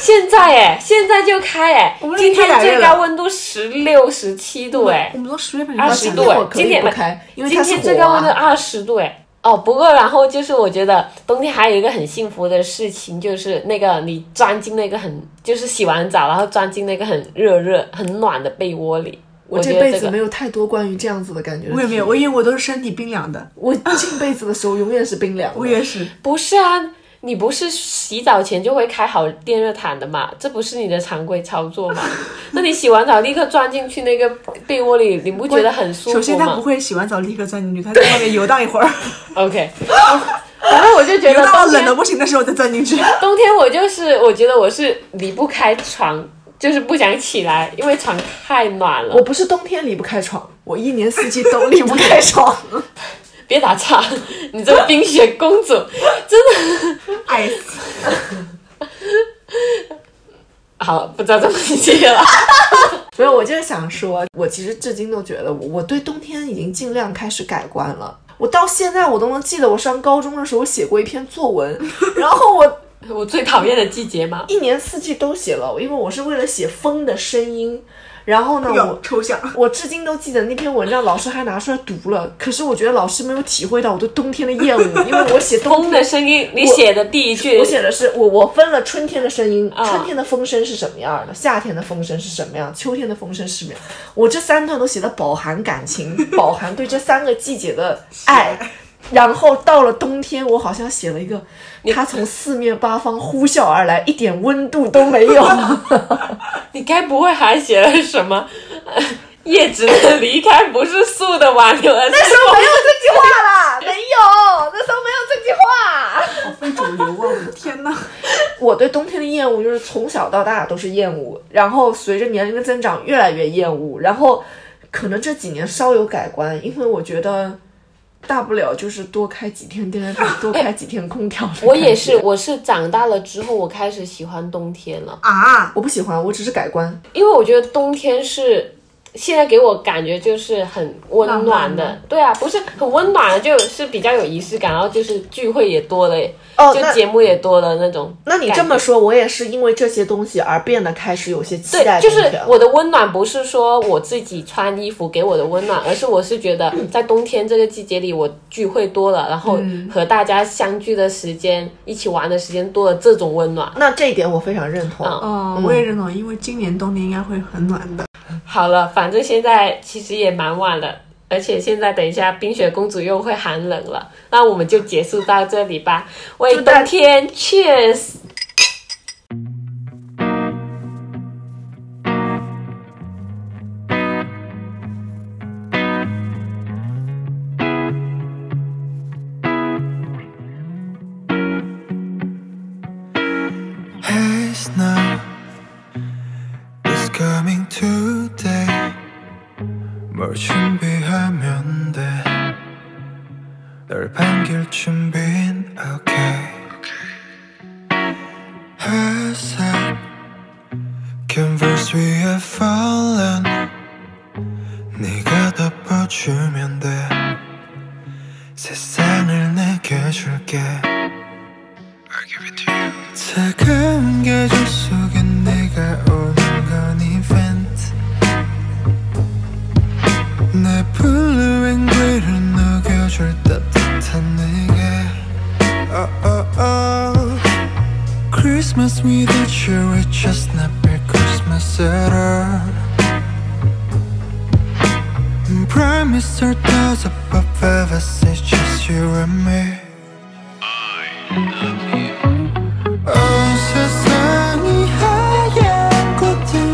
Speaker 2: 现在哎，现在就开哎
Speaker 1: 我，们这
Speaker 2: 今
Speaker 1: 里太炎
Speaker 2: 天
Speaker 1: 热
Speaker 2: 最
Speaker 1: 了
Speaker 2: 高温度十六十七度哎
Speaker 1: 我，们从十月份
Speaker 2: 二
Speaker 1: 就
Speaker 2: 十
Speaker 1: 开始
Speaker 2: 度
Speaker 3: 那
Speaker 2: 哎
Speaker 3: 我，可以
Speaker 2: 今天
Speaker 3: 不开嗯因为
Speaker 2: 今
Speaker 3: 它是
Speaker 2: 天最
Speaker 3: 火
Speaker 2: 高温
Speaker 3: 啊
Speaker 2: 度二十度哎。哦，不过然后就是我觉得冬天还有一个很幸福的事情，就是那个你钻进那个很就是洗完澡然后钻进那个很热热很暖的被窝里，我
Speaker 3: 这
Speaker 2: 觉
Speaker 3: 辈
Speaker 2: 得
Speaker 3: 子
Speaker 2: 这
Speaker 3: 没
Speaker 2: 个
Speaker 3: 有太多关于这样子的感觉。
Speaker 1: 我也没有，我因为我都是身体冰凉的，
Speaker 3: 我进被子的时候永远是冰凉的。
Speaker 1: 我也是。
Speaker 2: 不是啊。你不是洗澡前就会开好电热毯的嘛？这不是你的常规操作嘛？ <laughs> 那你洗完澡立刻钻进去那个被窝里，你不觉得很舒服吗？
Speaker 1: 首先，他不会洗完澡立刻钻进去，他在外面游荡一会 <laughs> 儿，
Speaker 2: OK，反正我就觉
Speaker 1: 游
Speaker 2: 得
Speaker 1: 荡到
Speaker 2: 冬
Speaker 1: 冷
Speaker 2: 天
Speaker 1: 的，不行的时候再钻进 <laughs> 去。
Speaker 2: 冬天我就是我觉得我是离不开床，就是不想起来，因为床太暖了
Speaker 3: 我。不是冬天离不开床，我一年四季都离不
Speaker 1: <laughs>
Speaker 3: 开床。
Speaker 2: 别打岔，你这个冰雪公主 <laughs> 真的
Speaker 1: 爱死！
Speaker 2: 好，不知道怎么接了。
Speaker 3: 所以我就是想说，我其实至今都觉得我我对冬天已经尽量开始改观了。我到现在我都能记得我上高中的时候写过一篇作文， <laughs> 然后我
Speaker 2: 我最讨厌的季节嘛，
Speaker 3: 一年四季都写了，因为我是为了写风的声音。然后呢，
Speaker 1: 哟
Speaker 3: 我，
Speaker 1: 抽象。
Speaker 3: 我至今都记得那篇文章，老师还拿出来读了。可是我觉得老师没有体会到我对冬天的厌恶，因为我写 <laughs> 冬
Speaker 2: 风
Speaker 3: 天
Speaker 2: 的声音，你写的第一句
Speaker 3: 我写的是我我分了春天的声音，
Speaker 2: 啊
Speaker 3: 春天的风声是什么样的，夏天的风声是什么样，秋天的风声是什么样。我这三段都写的饱含感情， <laughs> 饱含对这三个季节的爱。然后到了冬天，我好像写了一个，它从四面八方呼啸而来，一点温度都没有。
Speaker 2: 你该不会还写了什么？呃叶子的离开不是树的挽留，而是
Speaker 3: 没有这句话啦，没有，那时候没有这句话。
Speaker 1: 非主流啊！我的天哪！
Speaker 3: 我对冬天的厌恶就是从小到大都是厌恶，然后随着年龄的增长越来越厌恶，然后可能这几年稍有改观，因为我觉得大不了就是多开几天电热毯，多开几天空调。
Speaker 2: 我也
Speaker 3: <laughs>
Speaker 2: 是，，我是长大了之后，我开始喜欢冬天了。
Speaker 1: <laughs> 啊，
Speaker 3: 我不喜欢，我只是改观。
Speaker 2: 因为我觉得冬天是现在给我感觉就是很温暖的，
Speaker 1: 浪漫
Speaker 2: 对啊，不是很温暖的，就是比较有仪式感，然后就是聚会也多了，
Speaker 3: 哦，
Speaker 2: 就
Speaker 3: 那
Speaker 2: 节目也多了那种。
Speaker 3: 那你这么说，我也是因为这些东西而变得开始有些期
Speaker 2: 对，
Speaker 3: 待
Speaker 2: 就
Speaker 3: 冬
Speaker 2: 是
Speaker 3: 天。
Speaker 2: 我的温暖不是说我自己穿衣服给我的温暖，而是我是觉
Speaker 3: <laughs>
Speaker 2: 得在冬天这个季节里，我聚会多了，然后
Speaker 3: 嗯
Speaker 2: 和大家相聚的时间、一起玩的时间多了，这种温暖。
Speaker 3: 那这一点我非常认同。
Speaker 2: 嗯
Speaker 1: 哦，我也认同，因为今年冬天应该会很暖的。
Speaker 2: 好了，反正现在其实也蛮晚了，而且现在等一下冰雪公主又会寒冷了，那我们就结束到这里吧。为
Speaker 3: 大
Speaker 2: 冬天 cheers！
Speaker 6: Hey, snow is coming today. 뭘 준비하면 돼? 널 반길 준비는 okay. 회색 canvas 위에 fallen. 네가 덮어주면 돼. 세상을 내게 줄게. 차가운 계절 속에 내가 오는 건 이벤트 내 블루 앤 그레이를 녹여줄 따뜻한 네가 oh, oh, oh. Christmas without you it's just not be Christmas at all Promise there does above us it's just you and me Oh 세상이 하얀 꽃들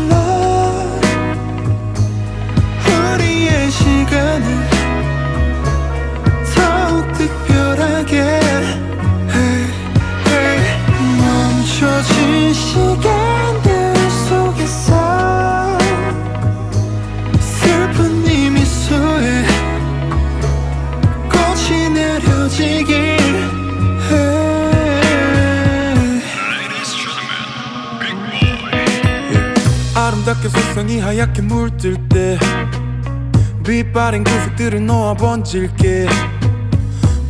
Speaker 6: 밖에 세상이 하얗게 물들 때 빛바랜 구석들을 놓아 번질게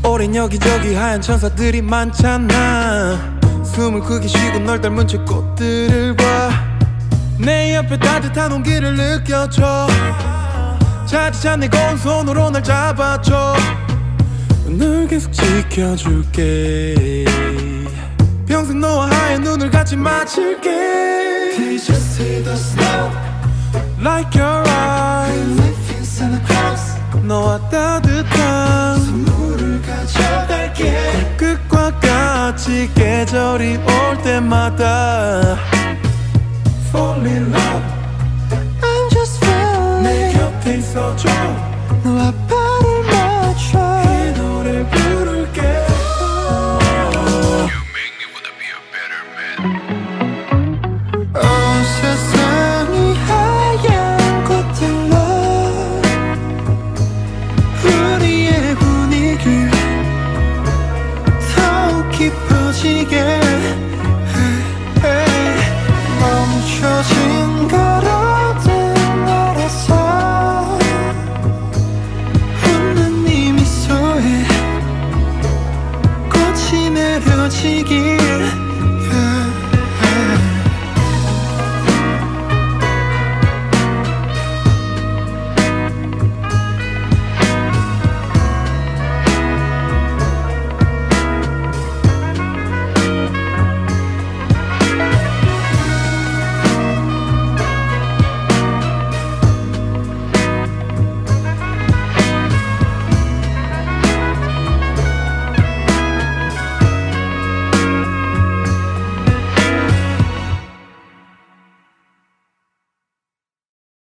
Speaker 6: 오랜 여기저기 하얀 천사들이 많잖아 숨을 크게 쉬고 널 닮은 채 꽃들을 봐내 옆에 따뜻한 온기를 느껴줘 차디찬 내 고운 손으로 날 잡아줘 널 계속 지켜줄게 평생 너와 하얀 눈을 같이 맞출게 They just see the snow Like your eyes Leaves and the crops 너와 따뜻한 선물을 가져갈게 끝과 같이 계절이 올 때마다 Fall in love I'm just falling 내 곁에 있어줘 너와 발을 맞춰 이 노래 부를게 온 어, 세상이 하얀 꽃들로 우리의 분위기 더욱 깊어지게 멈춰진 걸어든 나라서 웃는 이 미소에 꽃이 내려지길